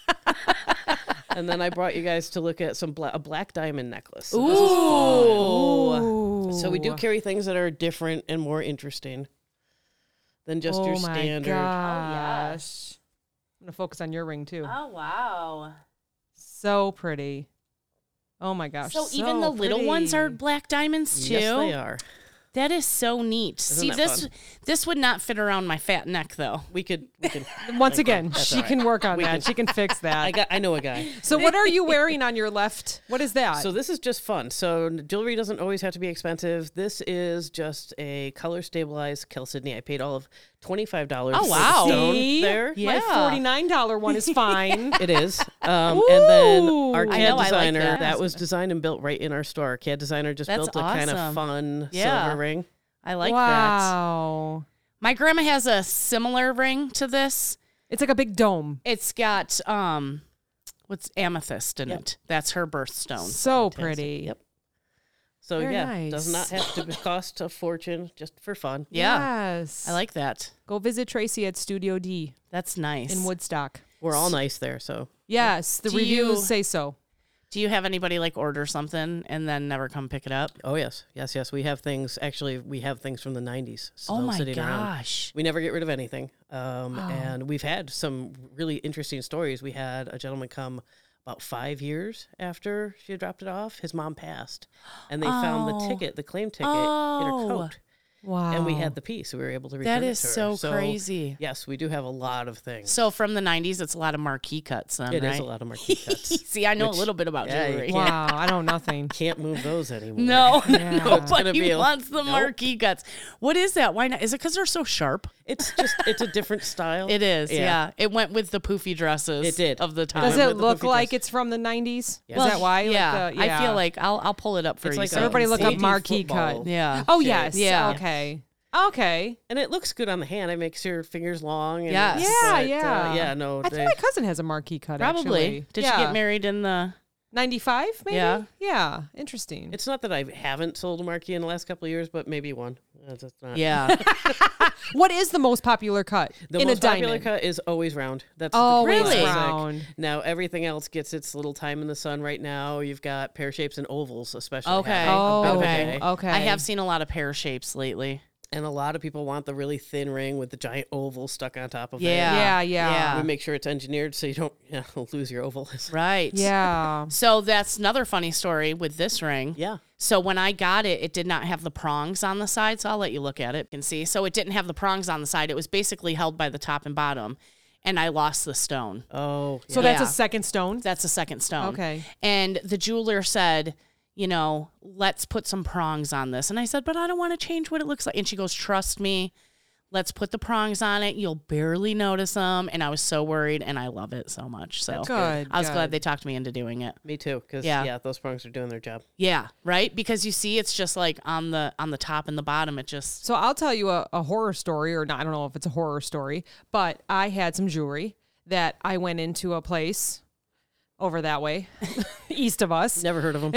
E: and then I brought you guys to look at some bla- a black diamond necklace. So this is
D: Ooh.
E: oh, So we do carry things that are different and more interesting than just
C: oh
E: your
C: my
E: standard.
C: gosh. I'm gonna focus on your ring too.
D: Oh wow.
C: So pretty. Oh my gosh.
D: So, even the little ones are
C: pretty.
D: black diamonds too.
E: Yes, they are.
D: That is so neat. See
E: that
D: this
E: fun?
D: this would not fit around my fat neck though.
E: We could. We could
C: Once
E: Like,
C: again,
E: that's
C: she
E: all right.
C: can work on that. She can fix
E: I
C: that.
E: got. I know a guy.
C: So what are you wearing on your left? What is that?
E: So this is just fun. So jewelry doesn't always have to be expensive. This is just a color stabilized Kelsey. I paid all of twenty five dollars.
D: Oh, wow.
E: Stone
C: See?
E: there.
D: Yeah.
C: My forty-nine dollar one is fine.
E: It is. Um, and then our
C: Ooh.
E: CAD
D: I know, I like
E: designer,
D: that.
E: that. was designed and built right in our store. Our CAD designer just
D: That's
E: built a kind
D: awesome.
E: of fun
D: Yeah.
E: silver ring.
D: I like that.
C: wow.
D: My grandma has a similar ring to this.
C: It's like a big dome.
D: It's got um what's amethyst in it. That's her birthstone.
C: So pretty.
E: Yep. So
C: Very
E: yeah, does
C: nice.
E: not have to be- cost a fortune just for fun.
D: Yeah.
C: Yes.
D: I like that.
C: Go visit Tracy at Studio D
D: That's nice.
C: in Woodstock.
E: We're all nice there, so
C: Yes, the
D: Do
C: reviews
D: you-
C: say so.
D: Do you have anybody like order something and then never come pick it up?
E: oh yes, yes, yes. We have things. Actually, we have things from the '90s.
D: oh
E: still
D: my
E: sitting around.
D: gosh.
E: We never get rid of anything.
D: Oh.
E: Um, And we've had some really interesting stories. We had a gentleman come about five years after she had dropped it off. His mom passed, and they found the
D: Oh.
E: ticket, the claim ticket, in
D: Oh.
E: her coat,
C: Wow.
E: and we had the piece. We were able to return
D: That
E: it
D: is
E: to her.
D: so crazy.
E: Yes, we do have a lot of things.
D: So from the 90s, it's a lot of marquee cuts then,
E: It is
D: right?
E: a lot of marquee cuts.
D: See, I know
E: Which-
D: a little bit about
E: yeah, you
D: jewelry.
E: can't-
C: Wow, I know nothing.
E: Can't move those anymore.
D: No,
E: gonna
D: nobody
E: be a-
D: wants the
E: Nope.
D: marquee cuts. What is that? Why not? Is it because they're so sharp?
E: It's just it's a different style.
D: It is. Yeah.
E: Yeah.
D: It went with the poofy dresses.
E: It did.
D: of the time.
C: Does
E: remember
C: it
E: the
C: look
E: poofy
C: like
E: dress.
C: it's from the 90s?
E: Yes.
C: Is that why? Like
D: Yeah,
C: the-
D: I
C: yeah.
D: feel like I'll I'll pull it up for
E: It's
D: you.
E: like
D: so
E: a-
C: everybody look up
E: Safety
C: marquee
E: football.
C: cut.
D: yeah.
C: Oh
E: shit.
C: yes.
D: Yeah.
C: Okay. Okay.
E: and it looks good on the hand. It makes your fingers long. And
D: Yes.
C: Yeah,
E: but, uh,
C: yeah.
E: yeah. No,
C: I think
E: they,
C: my cousin has a marquee cut.
D: probably.
C: actually.
D: Did
C: yeah.
D: she get married in the?
C: 95, maybe.
D: Yeah.
C: Yeah. Interesting.
E: it's not that I haven't sold a marquee in the last couple of years, but maybe one. That's just not.
D: Yeah.
C: what is the most popular cut
E: The
C: in
E: most
C: a
E: popular
C: diamond?
E: cut is always round. That's
C: Oh,
E: the
D: Really?
E: classic.
C: round.
E: Now everything else gets its little time in the sun. Right now, you've got pear shapes and ovals, especially.
D: Okay.
E: having a
C: Oh,
E: bit of a
C: okay.
E: day.
C: Okay.
D: I have seen a lot of pear shapes lately.
E: And a lot of people want the really thin ring with the giant oval stuck on top of
D: Yeah.
E: it.
C: Yeah,
E: We
C: yeah.
E: make sure it's engineered so you don't you know, lose your oval.
D: Right.
C: Yeah.
D: So that's another funny story with this ring.
E: yeah.
D: So when I got it, it did not have the prongs on the side. So I'll let you look at it and see. So it didn't have the prongs on the side. It was basically held by the top and bottom, and I lost the stone.
E: Oh.
C: So
E: yeah.
C: that's a
D: Yeah.
C: second stone.
D: That's a second stone.
C: Okay.
D: And the jeweler said, you know, let's put some prongs on this. And I said, but I don't want to change what it looks like. And she goes, trust me, let's put the prongs on it. You'll barely notice them. And I was so worried, and I love it so much. So
C: good.
D: I was glad
C: good.
D: they talked me into doing it.
E: me too. Because
D: Yeah.
E: yeah, those prongs are doing their job.
D: Yeah, right. Because you see, it's just like on the on the top and the bottom. It just
C: So I'll tell you a, a horror story, or not, I don't know if it's a horror story, but I had some jewelry that I went into a place over that way, east of us.
E: Never heard of them.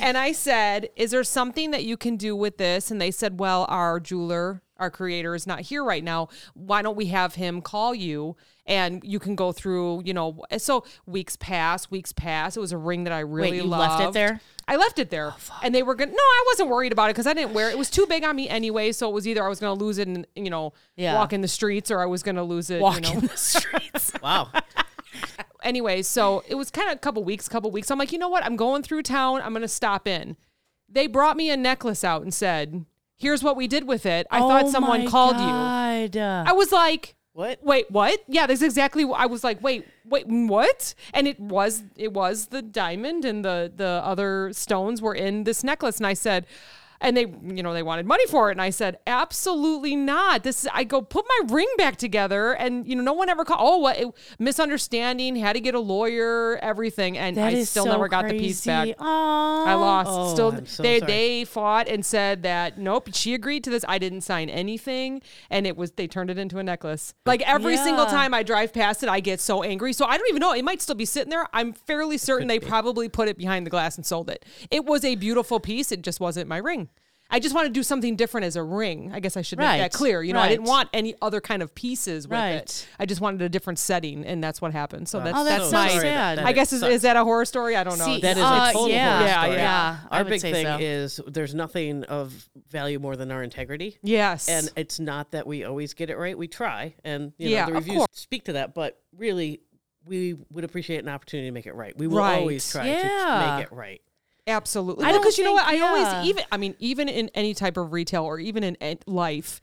C: and I said, Is there something that you can do with this? And they said, Well, our jeweler, our creator is not here right now. Why don't we have him call you and you can go through, you know? So weeks pass, weeks pass. It was a ring that I really
D: you left it
C: loved.
D: there? Oh,
C: I left it there. and they were going to, no, I wasn't worried about it because I didn't wear it. It was too big on me anyway. So it was either I was going to lose it and, you know,
D: Yeah.
C: walk in the streets or I was going to lose it.
D: Walk
C: you know?
D: in the streets.
E: Wow.
C: anyway, so it was kind of a couple weeks, couple weeks. I'm like, you know what? I'm going through town. I'm gonna stop in. They brought me a necklace out and said, "Here's what we did with it." I
D: Oh
C: thought someone called you. I was like,
E: What?
C: Wait, what? Yeah, that's exactly. What I was like, wait, wait, mm, what? And it was, it was the diamond and the the other stones were in this necklace, and I said. And they, you know, they wanted money for it, and I said, absolutely not. This, is, I go put my ring back together, and you know, no one ever called. Oh, what misunderstanding? Had to get a lawyer, everything, and I still never got the piece back. I lost.
E: Oh,
C: Still,
E: I'm so
C: they
E: sorry.
C: they fought and said that nope, she agreed to this. I didn't sign anything, and it was they turned it into a necklace. Like every single
D: Yeah.
C: time I drive past it, I get so angry. So I don't even know. It might still be sitting there. I'm fairly certain they probably put it behind the glass and sold it. It was a beautiful piece. It just wasn't my ring. I just want to do something different as a ring. I guess I should make
D: Right.
C: that clear. You know, I didn't
D: Right.
C: want any other kind of pieces with
D: Right.
C: it. I just wanted a different setting, and that's what happened. So that's
D: Oh, that's
C: that's
D: so
C: my.
E: sorry about
D: sad.
E: that.
C: I guess is, is that a horror story? I don't know.
D: See,
E: That is a
D: uh,
E: total
D: yeah,
E: horror
D: yeah,
E: story.
D: yeah. I
E: Our
D: would
E: big
D: say
E: thing
D: so.
E: is there's nothing of value more than our integrity.
C: Yes.
E: And it's not that we always get it right. We try, and you know,
C: Yeah,
E: the
C: of
E: reviews speak to that. But really, we would appreciate an opportunity to make it right. We will
C: Right.
E: always try
D: Yeah.
E: to make it right.
C: Absolutely.
D: I don't
C: Because you know what?
D: think-
C: I
D: yeah.
C: always, even, I mean, even in any type of retail or even in an- life,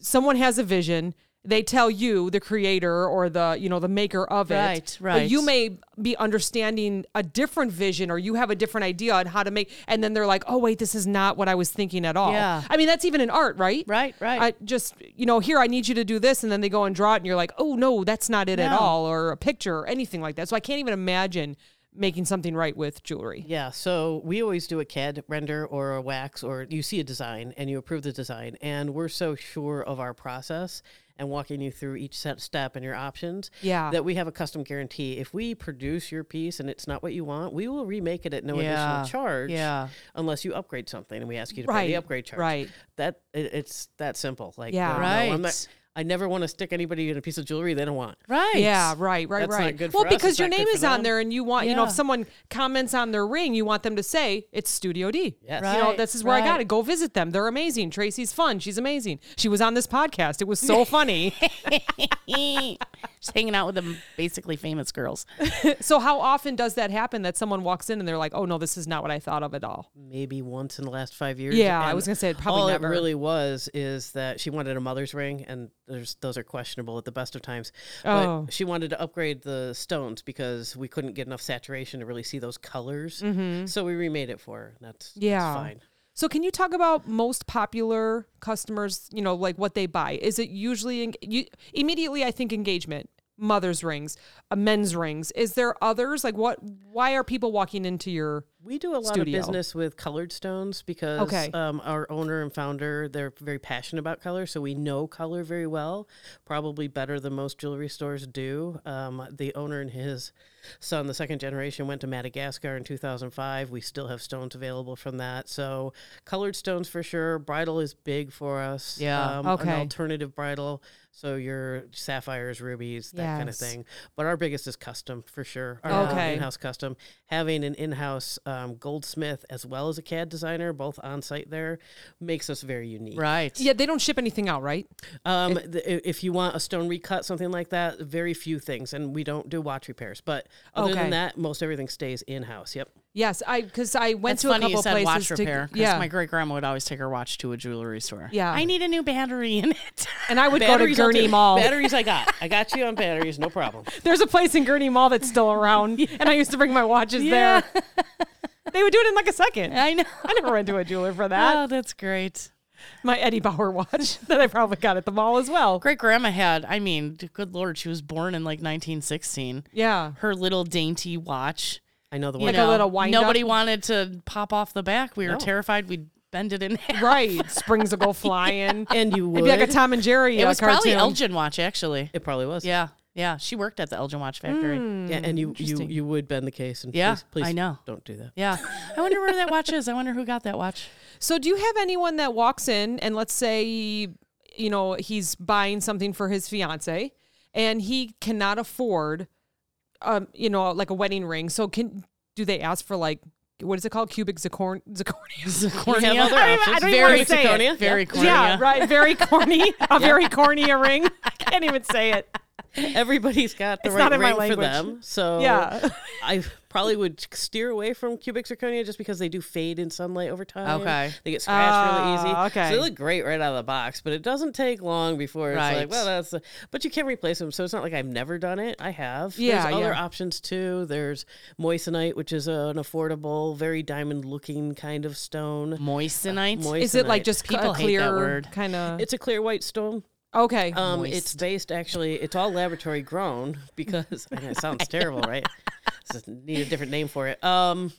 C: someone has a vision. They tell you, the creator or the, you know, the maker of it.
D: Right,
C: but
D: right.
C: you may be understanding a different vision or you have a different idea on how to make, and then they're like, oh, wait, this is not what I was thinking at all.
D: Yeah.
C: I mean, that's even in art, right?
D: Right, right.
C: I just, you know, here, I need you to do this. And then they go and draw it and you're like, oh, no, that's not it at
D: No.
C: all. Or a picture or anything like that. So I can't even imagine making something right with jewelry.
E: Yeah, so we always do a CAD render or a wax, or you see a design and you approve the design, and we're so sure of our process and walking you through each set step and your options.
C: Yeah.
E: that we have a custom guarantee. If we produce your piece and it's not what you want, we will remake it at no
D: Yeah,
E: additional charge.
D: yeah.
E: unless you upgrade something and we ask you to pay
C: Right,
E: the upgrade charge.
C: right.
E: That it, it's that simple. Like
C: Yeah.
E: no, no, I'm
D: Right.
E: not- I never want to stick anybody in a piece of jewelry they don't want.
D: Right.
C: Yeah, right, right,
E: That's not
C: right.
E: good
C: well,
E: for us,
C: because
E: it's
C: your
E: not
C: name
E: good
C: is
E: for
C: on
E: them.
C: there, and you want, you know, if
D: Yeah.
C: someone comments on their ring, you want them to say it's Studio D.
E: Yes.
C: You know,
D: Right,
C: this is where I
D: right.
C: got it. Go visit them. They're amazing. Tracy's fun. She's amazing. She was on this podcast. It was so funny.
D: Just hanging out with them basically famous girls.
C: so, how often does that happen that someone walks in and they're like, "Oh no, this is not what I thought of at all."
E: maybe once in the last five years.
C: Yeah, I
E: and
C: was gonna say it probably
E: all
C: never.
E: it really was is that she wanted a mother's ring, and there's those are questionable at the best of times. But
C: Oh.
E: she wanted to upgrade the stones because we couldn't get enough saturation to really see those colors. So we remade it for her. That's that's
C: Mm-hmm. Yeah.
E: fine.
C: So, can you talk about most popular customers? You know, like what they buy. Is it usually en- you, immediately? I think engagement, mothers' rings, uh, men's rings. Is there others? Like what? Why are people walking into your?
E: We do a lot
C: Studio.
E: of business with colored stones because
C: Okay.
E: um, our owner and founder they're very passionate about color, so we know color very well, probably better than most jewelry stores do. Um, the owner and his son, the second generation, went to Madagascar in 2005. We still have stones available from that, so colored stones for sure. Bridal is big for us.
D: Yeah.
E: um,
C: Okay.
E: An alternative bridal, so your sapphires, rubies, that kind of
C: Yes.
E: thing. But our biggest is custom for sure. Our own
C: Okay.
E: in-house custom. Having an in-house um, goldsmith as well as a CAD designer, both on site there, makes us very unique.
D: Right.
C: Yeah, they don't ship anything out, right?
E: Um, the- i- if you want a stone recut, something like that, very few things, and we don't do watch repairs. But other
C: Okay.
E: than that, most everything stays in-house. Yep.
C: Yes, I because I went
D: That's
C: to a
D: funny
C: couple
D: you said
C: places
D: watch
C: to
D: repair. 'cause
C: yeah,
D: My great grandma would always take her watch to a jewelry store.
C: Yeah.
D: I need a new battery in it.
C: and I would go to
E: Batteries I'll
C: Gurney
E: do.
C: Mall.
E: Batteries I got. I got you on batteries, no problem.
C: There's a place in Gurney Mall that's still around, and I used to bring my watches there. they would do it in like a second.
D: I know.
C: I never went to a jeweler for that.
D: Oh, that's great.
C: my Eddie Bauer watch that I probably got at the mall as well.
D: Great grandma had, I mean, good lord, she was born in like 1916.
C: Yeah.
D: Her little dainty watch.
E: I know the
D: you
E: one.
C: a little Oh. wind up.
D: Nobody wanted to pop off the back. We were terrified we'd bend it in half.
C: Right. Springs will go flying.
E: and you would.
C: It'd be like a Tom and Jerry
D: It
C: uh,
D: was
C: cartoon.
D: probably Elgin watch, actually.
E: it probably was.
D: Yeah. Yeah, she worked at the Elgin Watch Factory.
C: Hmm.
E: Yeah, and you, you you would bend the case and
D: Yeah,
E: please, please
D: I know.
E: don't do that.
D: Yeah. I wonder where that watch is. I wonder who got that watch.
C: So do you have anyone that walks in and let's say, you know, he's buying something for his fiance and he cannot afford um, you know, like a wedding ring. So can do they ask for like what is it called? Cubic zircon zirconia.
D: Cornea.
E: have other
C: I don't even- I
E: options.
C: don't even
D: very zirconia.
C: wanna say it.
D: Very cornea.
C: Yeah, right. Very corny. A very cornea ring. I can't even say it.
E: Everybody's got the
C: It's
E: right
C: not in my
E: ring for
C: language.
E: them. So
C: Yeah.
E: I probably would steer away from cubic zirconia just because they do fade in sunlight over time.
D: Okay.
E: They get scratched really easy.
C: Ah, okay.
E: So they look great right out of the box, but it doesn't take long before it's
D: Right.
E: like, well, that's the, but you can replace them. So it's not like I've never done it. I have.
C: Yeah,
E: There's other
C: yeah.
E: options too. There's moissanite, which is an affordable, very diamond looking kind of stone.
D: Moissanite.
C: Is it like
E: Moissanite.
C: just
D: People
C: a
D: hate that
C: clear
D: word.
C: kind of
E: It's a clear white stone.
C: Okay.
E: Um, it's based actually. It's all laboratory grown because I know it sounds terrible, right? Just need a different name for it. Um,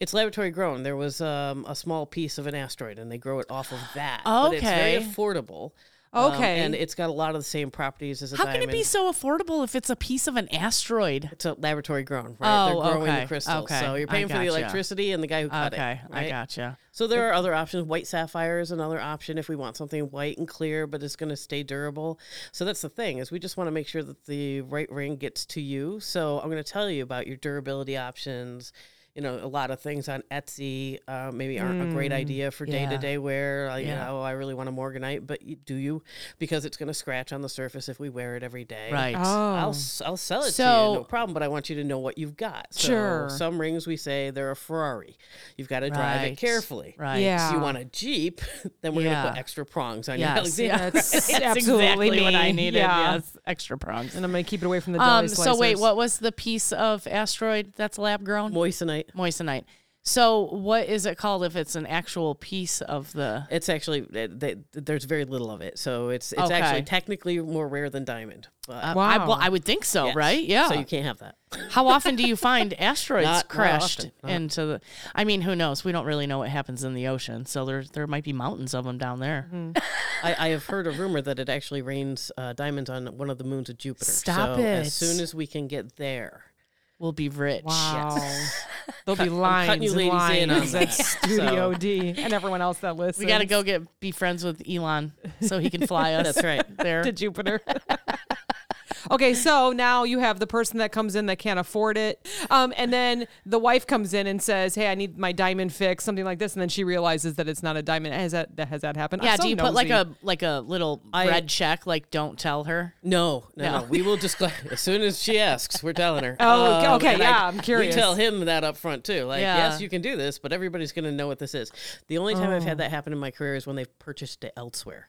E: it's laboratory grown. There was um, a small piece of an asteroid, and they grow it off of that. But it's very
D: Okay.
E: affordable. um,
C: okay.
E: and it's got a lot of the same properties as a
D: How can
E: diamond.
D: it be so affordable if it's a piece of an asteroid?
E: it's a laboratory grown, right?
D: Oh,
E: They're growing
D: okay,
E: the crystals,
D: okay,
E: so you're
D: I
E: paying for the
D: gotcha.
E: electricity and the guy who cut it.
D: Okay, I
E: right?
D: gotcha.
E: So there are other options. White sapphire is another option if we want something white and clear, but it's going to stay durable. So that's the thing is we just want to make sure that the right ring gets to you. So I'm going to tell you about your durability options. You know, a lot of things on Etsy uh, maybe aren't a great idea for day to day wear. Like, You know, "Oh, I really want a Morganite, but you, do you? Because it's going to scratch on the surface if we wear it every day.
D: Right.
E: I'll,
C: oh.
E: s- I'll sell it to
D: So-
E: you, no problem, but I want you to know what you've got. So
C: Sure.
E: Some rings we say they're a Ferrari. You've got to drive
D: Right.
E: it carefully.
D: Right.
C: Yeah.
E: So you want a Jeep, then we're
D: Yeah.
E: going to put extra prongs on
D: Yes.
E: your Alexander.
C: That's
D: That's
C: absolutely
D: exactly what I
C: me.
D: needed.
C: Yeah.
D: Yes, extra prongs.
C: And I'm going to keep it away from the deli
D: Um, so wait,
C: slicers.
D: what was the piece of asteroid that's lab grown?
E: Moissanite.
D: Moissanite. So what is it called if it's an actual piece of the? uh,
E: It's actually it- they, there's very little of it, so it's it's actually
D: Okay.
E: technically more rare than diamond. But
D: Wow. I, well,
C: Wow.
D: I would think so,
E: yes.
D: right? Yeah.
E: So you can't have that.
D: How often do you find asteroids
E: Not- not
D: crashed
E: often, not-
D: into the? I mean, who knows? We don't really know what happens in the ocean, so there there might be mountains of them down there.
E: Mm-hmm. I, I have heard a rumor that it actually rains uh, diamonds on one of the moons of Jupiter.
D: Stop
E: so
D: it.
E: As soon as we can get there,
D: We'll be rich.
C: Wow. There'll be lines
E: cutting you
C: and
E: ladies in on
C: lines
E: that,
C: at Studio
E: so.
C: D and everyone else that listens.
D: We got to go get be friends with Elon so he can fly us.
E: that's right.
D: there.
C: to Jupiter. okay, so now you have the person that comes in that can't afford it, um, and then the wife comes in and says, "Hey, I need my diamond fixed," something like this, and then she realizes that it's not a diamond. Has that that- has that happened? I'm
D: yeah.
C: so
D: do you put like
C: nosy.
D: a like a little red check? Like, don't tell her.
E: No, no, no.
D: No.
E: We will just as soon as she asks, we're telling her. Um,
C: Oh, okay, okay,
E: and
C: yeah, I'm curious.
E: We tell him that up front too. Like,
D: Yeah.
E: yes, you can do this, but everybody's going to know what this is. The only time I've had that happen in my career is when they've purchased it elsewhere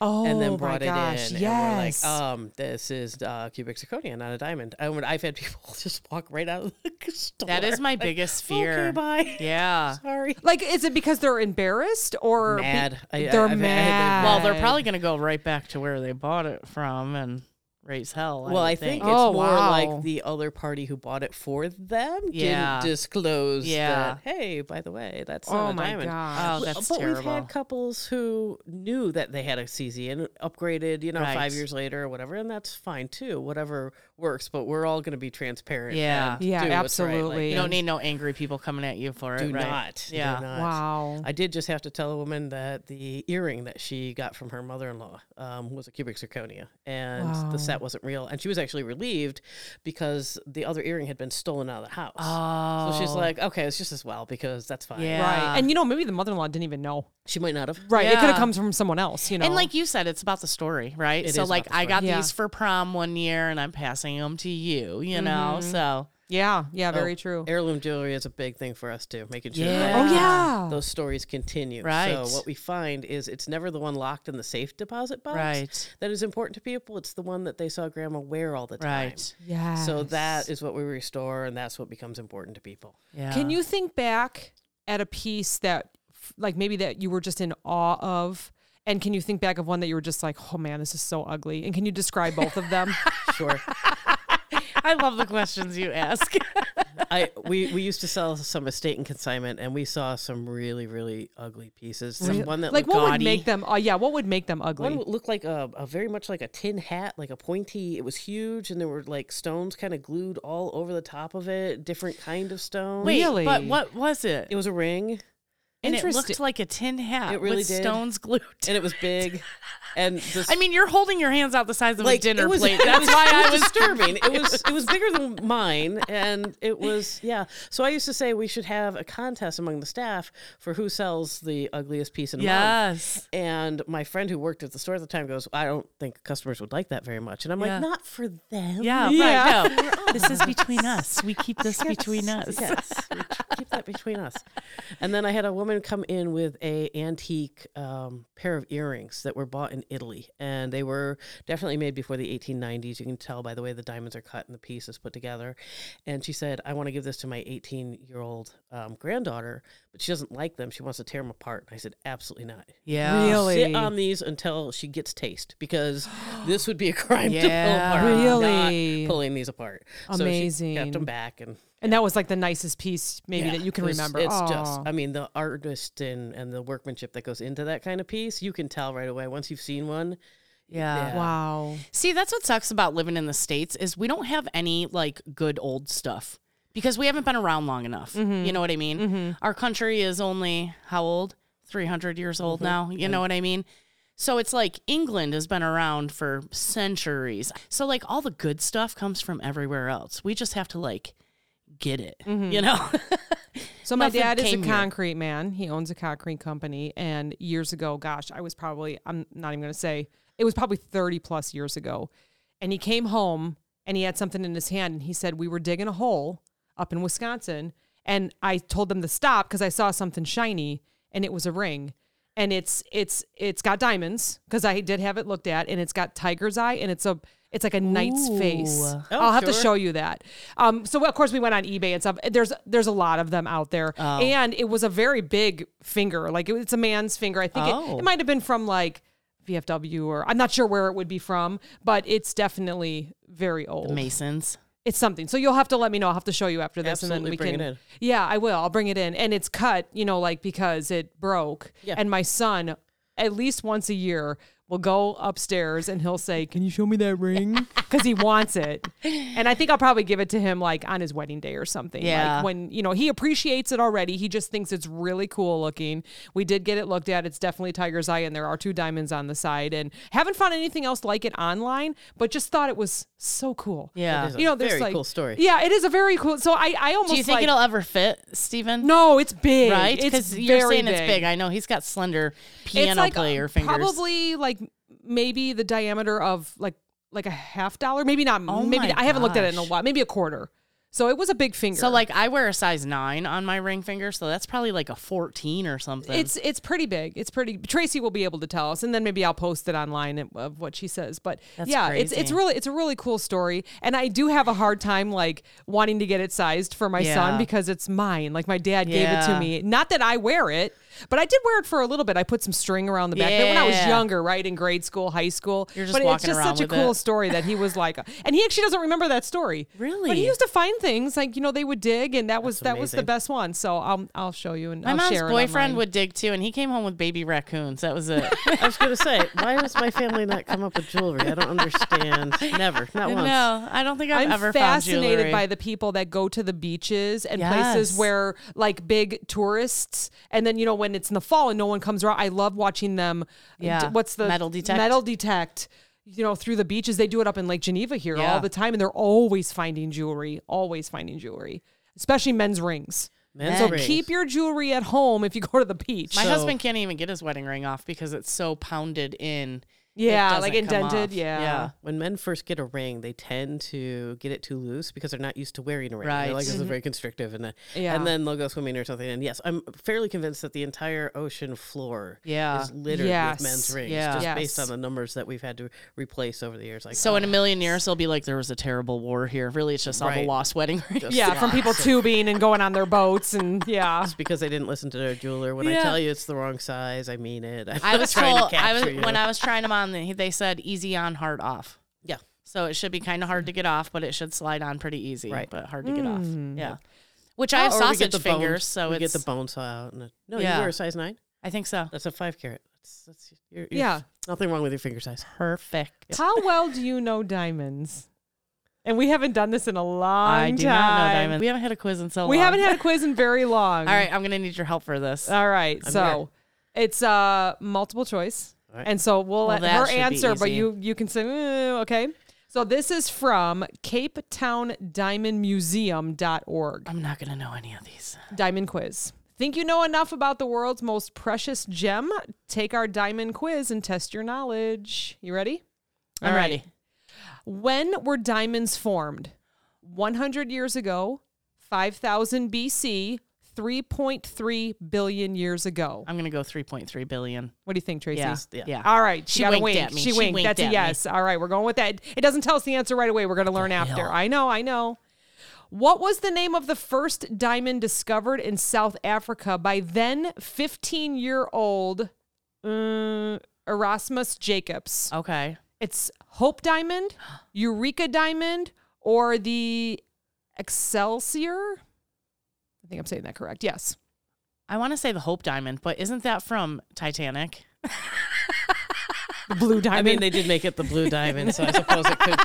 C: oh
E: and then
C: my
E: brought
C: gosh,
E: it in.
C: Yes.
E: And we're like, um, this is uh, cubic zirconia, not a diamond. I would, I've had people just walk right out of the store.
D: That is my
E: Like,
D: biggest
E: Okay,
D: fear.
E: bye.
D: Yeah.
E: Sorry.
C: like, is it because they're embarrassed or be-
E: Mad. I- I-
C: they're
E: I've- I had
C: mad.
E: that-
D: Well, they're probably going to go right back to where they bought it from and raise hell.
E: Well,
D: would
E: I think it's
C: Oh,
E: more
C: wow.
E: like the other party who bought it for them
D: Yeah.
E: didn't disclose
D: Yeah.
E: that. Hey, by the way, that's not
C: Oh
E: a
C: my
E: diamond.
C: gosh.
D: Oh,
E: But-
D: that's
E: but
D: terrible.
E: we've had couples who knew that they had a CZ and upgraded, you know,
D: Right.
E: five years later or whatever, and that's fine too. Whatever works, but we're all going to be transparent.
D: Yeah.
E: and
C: Yeah,
E: do what's right. Like,
C: absolutely.
D: you don't need no angry people coming at you for it.
E: do
D: right?
E: not. do
D: Yeah.
E: not.
C: Wow.
E: I did just have to tell a woman that the earring that she got from her mother-in-law um, was a cubic zirconia, and
C: Wow.
E: the set wasn't real. And she was actually relieved because the other earring had been stolen out of the house.
D: Oh.
E: So she's like, "Okay, it's just as well because that's fine."
D: Yeah.
C: Right. And you know, maybe the mother-in-law didn't even know.
E: She might not have.
C: Right. It could have
D: Yeah.
C: come from someone else, you know.
D: And like you said, it's about the story, right?
E: It
D: so
E: is
D: like
E: about the
D: I got
C: story. Yeah.
D: these for prom one year, and I'm passing them to you. You know,
E: Mm-hmm.
D: so
C: yeah, Oh. yeah, very true.
E: Heirloom jewelry is a big thing for us too, making sure
D: Yeah.
E: that
C: Oh yeah.
E: those stories continue.
D: Right.
E: So what we find is it's never the one locked in the safe deposit box
D: Right.
E: that is important to people. It's the one that they saw grandma wear all the time.
D: right,
C: yeah.
E: So that is what we restore, and that's what becomes important to people.
D: yeah.
C: Can you think back at a piece that, f- like, maybe that you were just in awe of? And can you think back of one that you were just like, oh man, this is so ugly? And can you describe both of them?
E: Sure.
D: I love the questions you ask.
E: I we, we used to sell some estate and consignment, and we saw some really really ugly pieces. Some one that
C: like
E: looked
C: what would
E: gaudy.
C: make them? Oh yeah, what would make them ugly?
E: One looked like a, a very much like a tin hat, like a pointy. It was huge, and there were like stones kind of glued all over the top of it. Different kind of stone.
D: Wait,
C: Really?
D: But what was it?
E: it was a ring,
D: and it looked
C: Interesting.
D: like a tin hat
E: It really
D: with
E: did.
D: stones glued. to
E: and it was big, and this,
D: I mean, you're holding your hands out the size of a dinner
E: it was,
D: plate.
E: it
D: That's
E: was-
D: why
E: it
D: I
E: was
D: was.
E: disturbing. It was it was bigger than mine, and it was yeah. So I used to say we should have a contest among the staff for who sells the ugliest piece in a month.
D: Yes.
E: And my friend who worked at the store at the time goes, I don't think customers would like that very much. And I'm
D: Yeah.
E: like, not for them.
D: Yeah.
C: Yeah.
D: Right. No. this is between us. We keep this between us.
E: Yes. we should Keep that between us. And then I had a woman come in with a antique um, pair of earrings that were bought in Italy, and they were definitely made before the 1890s. You can tell by the way the diamonds are cut and the piece is put together. And she said, "I want to give this to my 18 year old um, granddaughter, but she doesn't like them. She wants to tear them apart." And I said, "Absolutely not.
D: Yeah.
C: Really?
E: Sit on these until she gets taste, because this would be a crime to pull
D: Yeah.
E: apart. not
C: Really?
E: pulling these apart. So she kept
C: Amazing.
E: them back and
C: and that was like the nicest piece maybe that you can
E: it's-
C: remember.
E: It's just,
C: Aw.
E: I mean, the artist and, and the workmanship that goes into that kind of piece, you can tell right away once you've seen one.
D: Yeah.
C: wow.
D: See, that's what sucks about living in the states is we don't have any like good old stuff because we haven't been around long enough.
C: Mm-hmm.
D: You know what I mean? Our country is only how old? 300 years
C: Mm-hmm.
D: old now. You know what I mean? So it's like England has been around for centuries. So like all the good stuff comes from everywhere else. We just have to like get it,
C: Mm-hmm.
D: you know?
C: So my
D: Nothing
C: dad is a
D: came here.
C: concrete man. He owns a concrete company. And years ago, gosh, I was probably I'm not even gonna say it was probably 30 plus years ago. And he came home and he had something in his hand and he said, We were digging a hole up in Wisconsin. And I told them to stop because I saw something shiny and it was a ring. And it's it's it's got diamonds because I did have it looked at, and it's got tiger's eye, and it's a it's like a knight's face. I'll have to
E: sure.
C: show you that. Um, so of course we went on eBay and stuff. There's there's a lot of them out there, and it was a very big finger. Like it, it's a man's finger. I think it-
D: Oh.
C: it, might have been from like VFW or I'm not sure where it would be from, but it's definitely very old.
D: Masons.
C: It's something. So you'll have to let me know. I'll have to show you after this,
E: Absolutely,
C: and then
E: bring
C: we
E: it
C: can.
E: in.
C: Yeah, I will. I'll bring it in, and it's cut. You know, like because it broke.
E: Yeah.
C: And my son, at least once a year, will go upstairs and he'll say, "Can you show me that ring?" Because he wants it. And I think I'll probably give it to him like on his wedding day or something.
D: Yeah.
C: Like when you know he appreciates it already. He just thinks it's really cool looking. We did get it looked at. It's definitely tiger's eye, and there are two diamonds on the side. And haven't found anything else like it online, but just thought it was so cool
D: Yeah.
E: is a
C: you know, there's
E: very
C: like
E: cool story.
C: Yeah, it is a very cool. So I, I almost
D: Do you think
C: like,
D: it'll ever fit, Stephen?
C: no, it's big,
D: Right?
C: It's
D: Because you're
C: very
D: saying it's big. I know he's got slender piano
C: it's like uh,
D: player fingers.
C: probably like maybe the diameter of like like a half dollar, maybe not.
D: Oh
C: maybe
D: my
C: I haven't looked at it in a
D: gosh.
C: while. Maybe a quarter. So it was a big finger.
D: So like I wear a size nine on my ring finger, so that's probably like a fourteen or something.
C: It's it's pretty big. It's pretty. Tracy will be able to tell us, and then maybe I'll post it online of- of what she says. But yeah, it's it's
D: crazy.
C: really it's a really cool story, and I do have a hard time like wanting to get it sized for my
D: Yeah.
C: son because it's mine. Like my dad gave it
D: Yeah.
C: to me. Not that I wear it, but I did wear it for a little bit. I put some string around the back But when I was
D: Yeah.
C: younger, right in grade school, high school.
D: You're just
C: but it's
D: walking
C: just
D: around
C: such a
D: with
C: cool
D: it.
C: story that he was like, and he actually doesn't remember that story. But he
D: Really?
C: used to find things like you know they would dig, and that was that was the
E: amazing.
C: best one. So I'll I'll show you and
D: my
C: I'll
D: mom's
C: share it
D: boyfriend
C: online.
D: would dig too, and he came home with baby raccoons. That was it.
E: I was going to say, why does my family not come up with jewelry? I don't understand. Never, not once.
D: no, I don't think I've
C: I'm
D: ever found
C: fascinated
D: jewelry.
C: by the people that go to the beaches and places
D: Yes.
C: where like big tourists, and then you know when it's in the fall and no one comes around. I love watching them. d-
D: Yeah.
C: what's the
D: Metal detect.
C: Metal detect. You know, through the beaches, they do it up in Lake Geneva here
D: Yeah.
C: all the time, and they're always finding jewelry, always finding jewelry, especially men's rings.
E: Men's
D: So
E: rings.
C: Keep your jewelry at home if you go to the beach.
D: my
E: So-
D: husband can't even get his wedding ring off because it's so pounded in. it
C: yeah, like
D: doesn't come
C: indented.
D: off.
C: Yeah.
D: yeah.
E: When men first get a ring, they tend to get it too loose because they're not used to wearing a ring.
D: Right.
E: They're like, this is very constrictive. And, then
C: Mm-hmm. Yeah.
E: and then they'll go swimming or something. And yes, I'm fairly convinced that the entire ocean floor
D: Yeah.
E: is littered
C: Yes.
E: with men's rings
D: Yeah.
E: just
C: Yes.
E: based on the numbers that we've had to replace over the years. Like, oh,
D: So in a million years, they'll be like, "There was a terrible war here." Really, it's just all the
E: Right.
D: lost wedding rings.
C: Yeah, from people tubing and going on their boats and yeah.
E: because they didn't listen to their jeweler. When
D: Yeah.
E: I tell you it's the wrong size, I mean it. I'm
D: I
E: not
D: was
E: trying
D: told
E: to
D: I was
E: capture you.
D: when I was trying them on. They they said easy on, hard off.
E: yeah.
D: So it should be kind of hard to get off, but it should slide on pretty easy,
E: Right.
D: but hard to get off. Yeah. Which I
E: Or
D: have
E: we get
D: sausage
E: the
D: fingers,
E: bones-
D: so
E: we
D: it's
E: get the bone saw out. and- No,
D: Yeah.
E: you were a size nine.
D: I think so.
E: That's a five carat. That's, that's you're, you're-
C: Yeah.
E: Nothing wrong with your finger size.
D: Perfect.
C: How well do you know diamonds? And we haven't done this in a long
D: I do
C: time.
D: not know diamonds. We haven't had Uh, a quiz in so long.
C: We haven't had a quiz in very long.
D: All right, I'm gonna need your help for this.
C: All right. so it's uh multiple choice.
E: All right.
C: And so we'll let
D: that
C: her
D: should be
C: answer, but
D: easy.
C: you you can say "Eh, okay. So this is from Cape Town Diamond Museum.org.
D: I'm not gonna know any of these.
C: Diamond quiz. Think you know enough about the world's most precious gem? Take our diamond quiz and test your knowledge. You ready?
D: I'm
C: All right.
D: ready.
C: When were diamonds formed? 100 years ago, 5000 BC, 3.3 billion years ago.
D: I'm gonna go 3.3 billion.
C: What do you think, Tracy?
D: Yeah.
E: yeah.
D: Yeah.
C: All right, she,
D: She
C: got a
D: winked
C: wink.
D: at me.
C: She,
D: She
C: winked.
D: winked
C: That's
D: at
C: a
D: me.
C: yes. All right, we're going with that. It doesn't tell us the answer right away. We're going to learn after. I know, I know. What was the name of the first diamond discovered in South Africa by then 15 year old uh, Erasmus Jacobs?
D: Okay.
C: It's Hope Diamond, Eureka Diamond, or the Excelsior? I think I'm saying that correct. Yes.
D: I want to say the Hope Diamond, but isn't that from Titanic?
C: The blue
E: I
C: diamond.
E: mean, they did make it the blue diamond, so I suppose it could.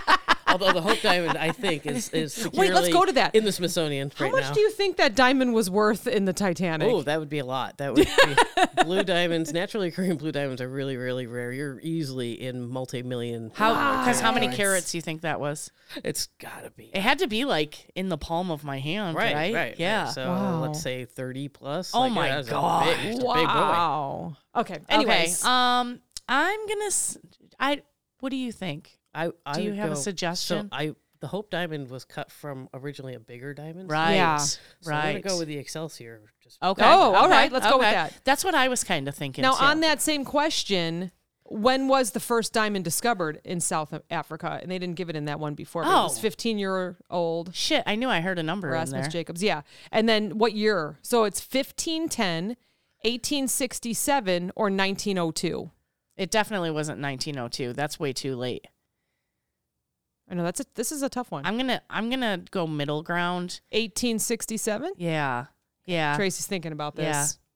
E: Although the Hope Diamond, I think, is is
C: Wait, let's
E: securely
C: go to that.
E: in the Smithsonian
C: How
E: right
C: much
E: now.
C: do you think that diamond was worth in the Titanic?
E: Oh, that would be a lot. That would be blue diamonds. Naturally occurring blue diamonds are really, really rare. You're easily in multi-million.
D: How? Because how many carats do you think that was?
E: It's gotta be
D: It had to be like in the palm of my hand, right?
E: right, right. right.
D: Yeah.
E: So
C: Wow.
E: let's say thirty plus.
D: Oh
E: Like, yeah,
D: my
E: that was a
D: God.
E: big- it's a big boy. Oh,
C: Wow. Okay. Anyways,
D: okay. Um, I'm gonna. s- I. What do you think?
E: I, I
D: you
E: would
D: have a
E: go-
D: suggestion?
E: So I the Hope Diamond was cut from originally a bigger diamond.
D: Right.
C: Yeah.
E: So
D: Right.
E: I'm gonna go with the Excelsior. Just
D: Okay.
C: Oh, all
D: okay,
C: right, let's go with
D: okay.
C: that.
D: That's what I was kind of thinking.
C: now
D: too.
C: on that same question, when was the first diamond discovered in South Africa? And they didn't give it in that one before. But It was
D: Oh.
C: 15 year old
D: shit, I knew I heard a number in
C: Erasmus
D: there.
C: Jacobs. Yeah. And then what year? So it's 1510, 1867, or 1902.
D: It definitely wasn't 1902. That's way too late.
C: I know that's a, this is a tough one.
D: I'm gonna I'm gonna go middle ground.
C: 1867.
D: Yeah. Yeah.
C: Tracy's thinking about this.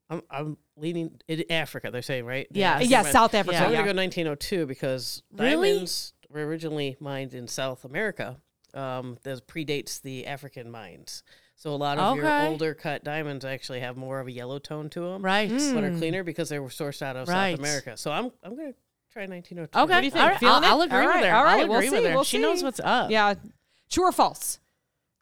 D: Yeah.
E: I'm I'm leaning in Africa. They're saying right.
D: Yeah.
C: Yeah,
E: But-
C: South Africa.
E: So I'm
D: Yeah.
E: gonna go 1902 because
D: Really?
E: diamonds were originally mined in South America. Um, that predates the African mines. So a lot of
D: Okay.
E: your older cut diamonds actually have more of a yellow tone to them,
D: Right. Hmm.
E: But are cleaner because they were sourced out of
D: Right.
E: South America. So I'm I'm gonna try 1902.
D: Okay.
C: do you think?
D: All right.
C: Feeling
D: I'll,
C: it?
D: I'll agree
C: All
D: with
C: right,
D: her.
C: all right,
D: I'll
C: we'll
D: agree
C: see,
D: with her.
C: we'll
D: she knows
C: see.
D: what's up.
C: Yeah. True or false?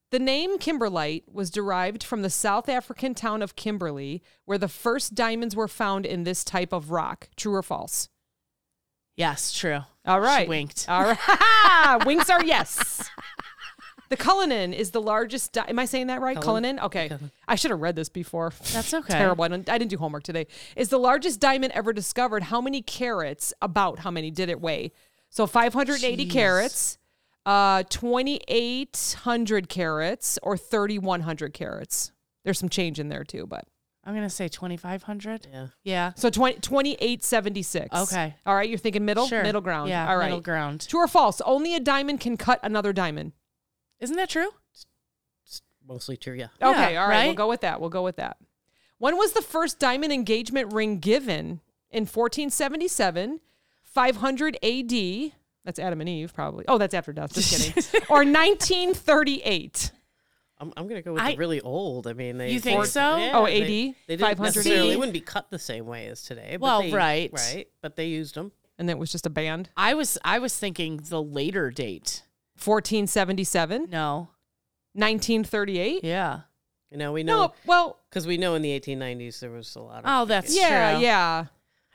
C: The name Kimberlite was derived from the South African town of Kimberley, where the first diamonds were found in this type of rock. True or false?
D: Yes, true.
C: All right.
D: She winked.
C: All right. Winks Ah, are yes. The Cullinan is the largest. Di- Am I saying that right? Cullinan? Okay. I should have read this before.
D: That's okay.
C: Terrible. I, don't, I didn't do homework today. Is the largest diamond ever discovered? How many carats? About how many did it weigh? So 580 carats, uh, 2,800 carats, or 3,100 carats. There's some change in there too, but
D: I'm gonna say 2500.
E: Yeah.
D: Yeah.
C: so 20, 2876.
D: Okay.
C: All right. You're thinking middle?
D: Sure.
C: Middle ground.
D: Yeah.
C: All right.
D: Middle ground.
C: True or false? Only a diamond can cut another diamond.
D: Isn't that true?
E: Mostly true. Yeah.
D: Yeah,
C: Okay, all right, We'll
D: right?
C: go with that. We'll go with that. When was the first diamond engagement ring given? In 1477, 500 AD. That's Adam and Eve, probably. Oh, that's after death. Just kidding. or 1938.
E: I'm, I'm gonna go with
D: I-
E: the really old. I mean, they
D: You think
E: or-
D: so?
E: Yeah,
C: Oh,
E: they-
C: AD?
E: They, didn't
C: 500
E: necessarily.
D: See?
E: They wouldn't be cut the same way as today. But
D: Well,
E: they-
D: right.
E: right. But they used them.
C: And then it was just a band.
D: I was I was thinking the later date.
C: 1477,
D: No.
C: 1938.
D: Yeah.
E: You know, we
C: No,
E: know
C: well,
E: because we know in the 1890s there was a lot of.
D: Oh, that's
C: yeah,
D: true.
C: yeah,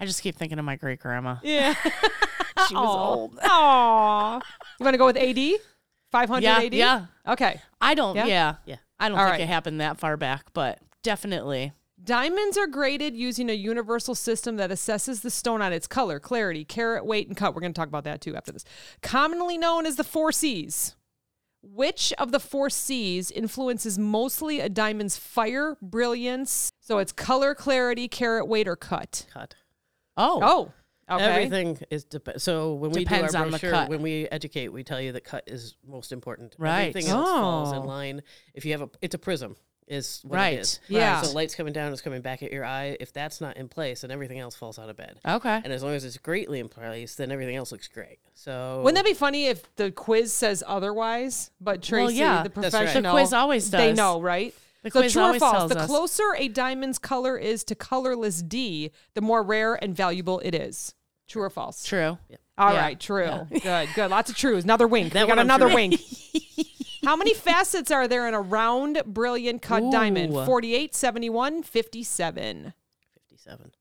D: I just keep thinking of my great grandma.
C: yeah.
D: She was old.
C: Aww. You want to go with AD? 500
D: Yeah,
C: AD?
D: yeah.
C: Okay.
D: I don't.
C: Yeah?
D: Yeah.
E: Yeah.
D: I don't
C: All
D: think
C: right.
D: it happened that far back, but definitely.
C: Diamonds are graded using a universal system that assesses the stone on its color, clarity, carat weight, and cut. We're going to talk about that too after this. Commonly known as the four C's. Which of the four C's influences mostly a diamond's fire, brilliance? So it's color, clarity, carat weight, or cut.
E: cut.
D: Oh.
C: Oh, Okay.
E: Everything is dep- so when
D: Depends
E: we
D: on
E: do
D: the
E: our brochure,
D: cut.
E: when we educate, we tell you that cut is most important.
D: Right.
E: Everything else falls in
C: Oh.
E: line. If you have a, it's a prism. Is what
D: Right.
E: It is.
C: Yeah.
E: So light's coming down, it's coming back at your eye. If that's not in place, then everything else falls out of bed.
C: Oh.
D: Okay.
E: And as long as it's greatly in place, then everything else looks great. So
C: Wouldn't that be funny if the quiz says otherwise? But Tracy,
D: yeah.
C: the
D: That's
E: right. The quiz
C: professional,
D: always
C: They
D: does.
C: know, right?
D: The
C: so
D: quiz
C: true or
D: always
C: false?
D: tells
C: The
D: us.
C: closer a diamond's color is to colorless D, the more rare and valuable it is. True or false?
D: True.
C: All right,
D: Yeah.
C: true. Good, good. Lots of trues. Another wink. we got
E: one I'm
C: another
E: sure.
C: wink. How many facets are there in a round, brilliant cut diamond?
D: Ooh.
C: 48, 71, 57.
E: 57.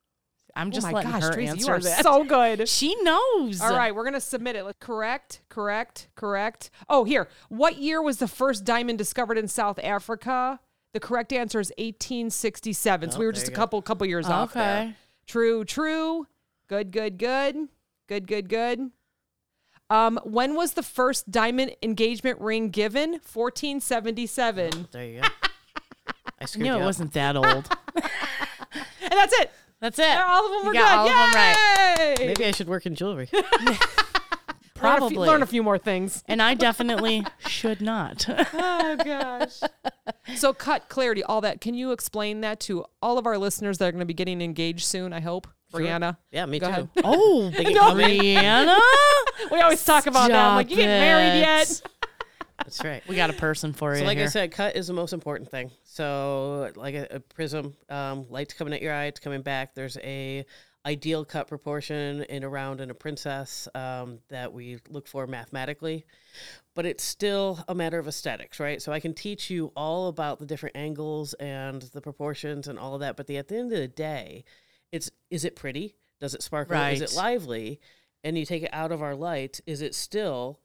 D: I'm just
C: oh my
D: letting
C: gosh,
D: her
C: Tracy, you
D: answer
C: are
D: that.
C: so good.
D: she knows.
C: All right, we're going to submit it. Let's- Correct, correct, correct. Oh, here. What year was the first diamond discovered in South Africa? The correct answer is 1867.
D: Oh,
C: so we were just a couple couple years off there.
D: Okay.
C: True, true. Good, good, good. Good, good, good. Um, when was the first diamond engagement ring given? 1477. And
E: There you go. I
D: I
E: screwed
D: knew
E: you
D: it
E: up.
D: wasn't that old.
C: that's it.
D: That's it.
C: All of them
D: You
C: were good.
D: got all
C: Yay!
D: of them right.
E: Maybe I should work in jewelry.
C: Learn a few-
D: Probably.
C: Learn a few more things.
D: and I definitely should not.
C: Oh gosh. so cut clarity, all that. Can you explain that to all of our listeners that are going to be getting engaged soon? I hope. Brianna.
E: Yeah, me
C: Go
E: too.
C: ahead.
D: Oh,
E: They can come in.
D: Brianna.
C: We always talk about that. I'm like, you
D: Stop
C: getting married
D: it.
C: yet?
E: That's right.
D: We got a person for you.
E: So, like I
D: here.
E: said, cut is the most important thing. So, like a, a prism, um, light's coming at your eye, it's coming back. There's a ideal cut proportion in a round and a princess um, that we look for mathematically, but it's still a matter of aesthetics, right? So I can teach you all about the different angles and the proportions and all of that, but the, at the end of the day, it's is it pretty? Does it sparkle? Is
D: Right.
E: it lively? And you take it out of our light, is it still?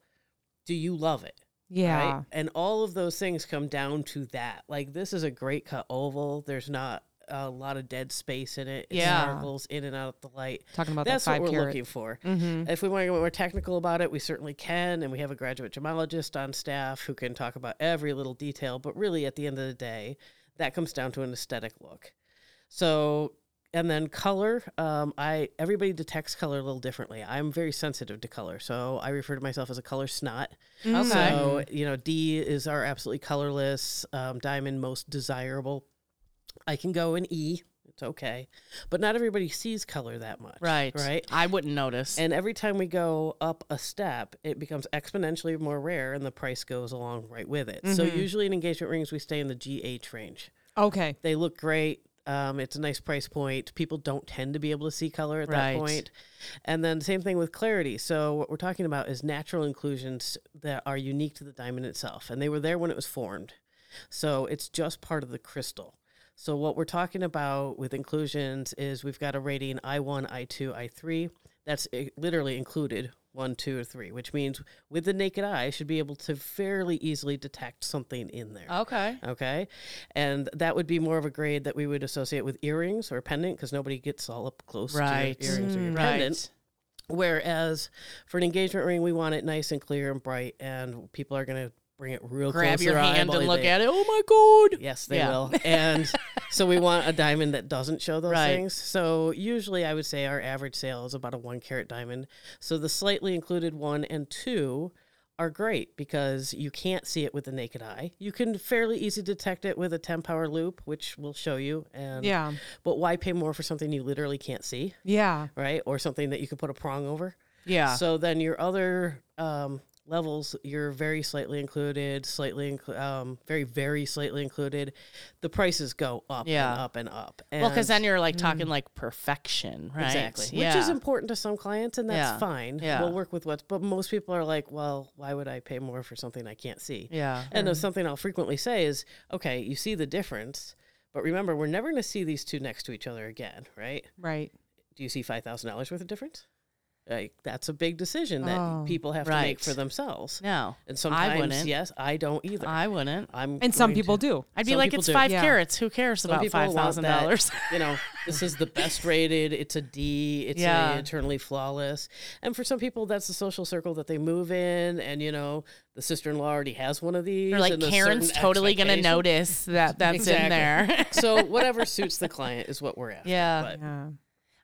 E: Do you love it?
C: Yeah.
E: right? And all of those things come down to that. Like this is a great cut oval. There's not a lot of dead space in it. It
D: Yeah.
E: sparkles in and out of the light.
C: Talking about
E: That's
C: that
E: what
C: five
E: we're
C: carat. Mm-hmm.
E: looking for. If we want to get more technical about it, we certainly can. And we have a graduate gemologist on staff who can talk about every little detail. But really, at the end of the day, that comes down to an aesthetic look. So, and then color. Um, I everybody detects color a little differently. I'm very sensitive to color, so I refer to myself as a color snot.
D: Mm. Okay.
E: So you know, D is our absolutely colorless um, diamond, most desirable. I can go in E. It's okay, but not everybody sees color that much.
D: right.
E: Right.
D: I wouldn't notice.
E: And every time we go up a step, it becomes exponentially more rare and the price goes along right with it. So,
D: Mm-hmm.
E: usually in engagement rings, we stay in the GH range.
C: Okay.
E: They look great. Um, it's a nice price point. People don't tend to be able to see color at
D: Right.
E: that point. And then, same thing with clarity. So, what we're talking about is natural inclusions that are unique to the diamond itself, and they were there when it was formed. So, it's just part of the crystal. So, what we're talking about with inclusions is we've got a rating I1, I2, I3. That's i- literally included one, two, or three, which means with the naked eye, I should be able to fairly easily detect something in there.
D: okay.
E: Okay. And that would be more of a grade that we would associate with earrings or pendant because nobody gets all up close
D: Right. Mm.
E: to your earrings or your pendant.
D: Right.
E: Whereas for an engagement ring, we want it nice and clear and bright, and people are going to bring it real close
D: Grab
E: to
D: your
E: their
D: hand
E: eyeball.
D: and look
E: They-
D: at it. Oh my god.
E: Yes, they
D: Yeah.
E: will. And so we want a diamond that doesn't show those
D: Right.
E: things. So usually I would say our average sale is about a one carat diamond. So the slightly included one and two are great because you can't see it with the naked eye. You can fairly easy detect it with a 10 power loop, which we'll show you. And
C: Yeah.
E: But why pay more for something you literally can't see,
C: Yeah.
E: right? Or something that you can put a prong over?
D: Yeah.
E: So then your other um, levels, you're very slightly included, slightly, inclu- um, very, very slightly included. The prices go up and
D: Yeah.
E: up and up. And
D: well, because then you're like talking like perfection, right?
E: Exactly.
D: Yeah.
E: Which is important to some clients, and that's
D: Yeah.
E: fine.
D: Yeah.
E: We'll work with what's, but most people are like, well, why would I pay more for something I can't see?
D: Yeah.
E: And there's something I'll frequently say is, okay, you see the difference, but remember, we're never going to see these two next to each other again, right?
C: Right.
E: do you see five thousand dollars worth of difference? Like that's a big decision that
C: Oh,
E: people have to make
D: right.
E: for themselves.
D: No.
E: And sometimes,
D: wouldn't.
E: yes, I don't either.
D: I wouldn't.
E: I'm
C: And some
E: going to-
C: people do.
D: I'd be
E: Some
D: like,
E: people
D: it's
E: do.
D: five
C: Yeah.
D: carats. Who cares
E: Some
D: about
E: people
D: five
E: want
D: thousand
E: that,
D: dollars?
E: You know, this is the best rated. It's a D. It's
D: Yeah.
E: a eternally flawless. And for some people, that's the social circle that they move in. And you know, the sister in law already has one of these.
D: They're like,
E: and there's
D: Karen's
E: certain
D: totally gonna
E: expectations."
D: notice that that's in
E: Exactly.
D: there.
E: so whatever suits the client is what we're after.
D: Yeah.
E: But
C: Yeah.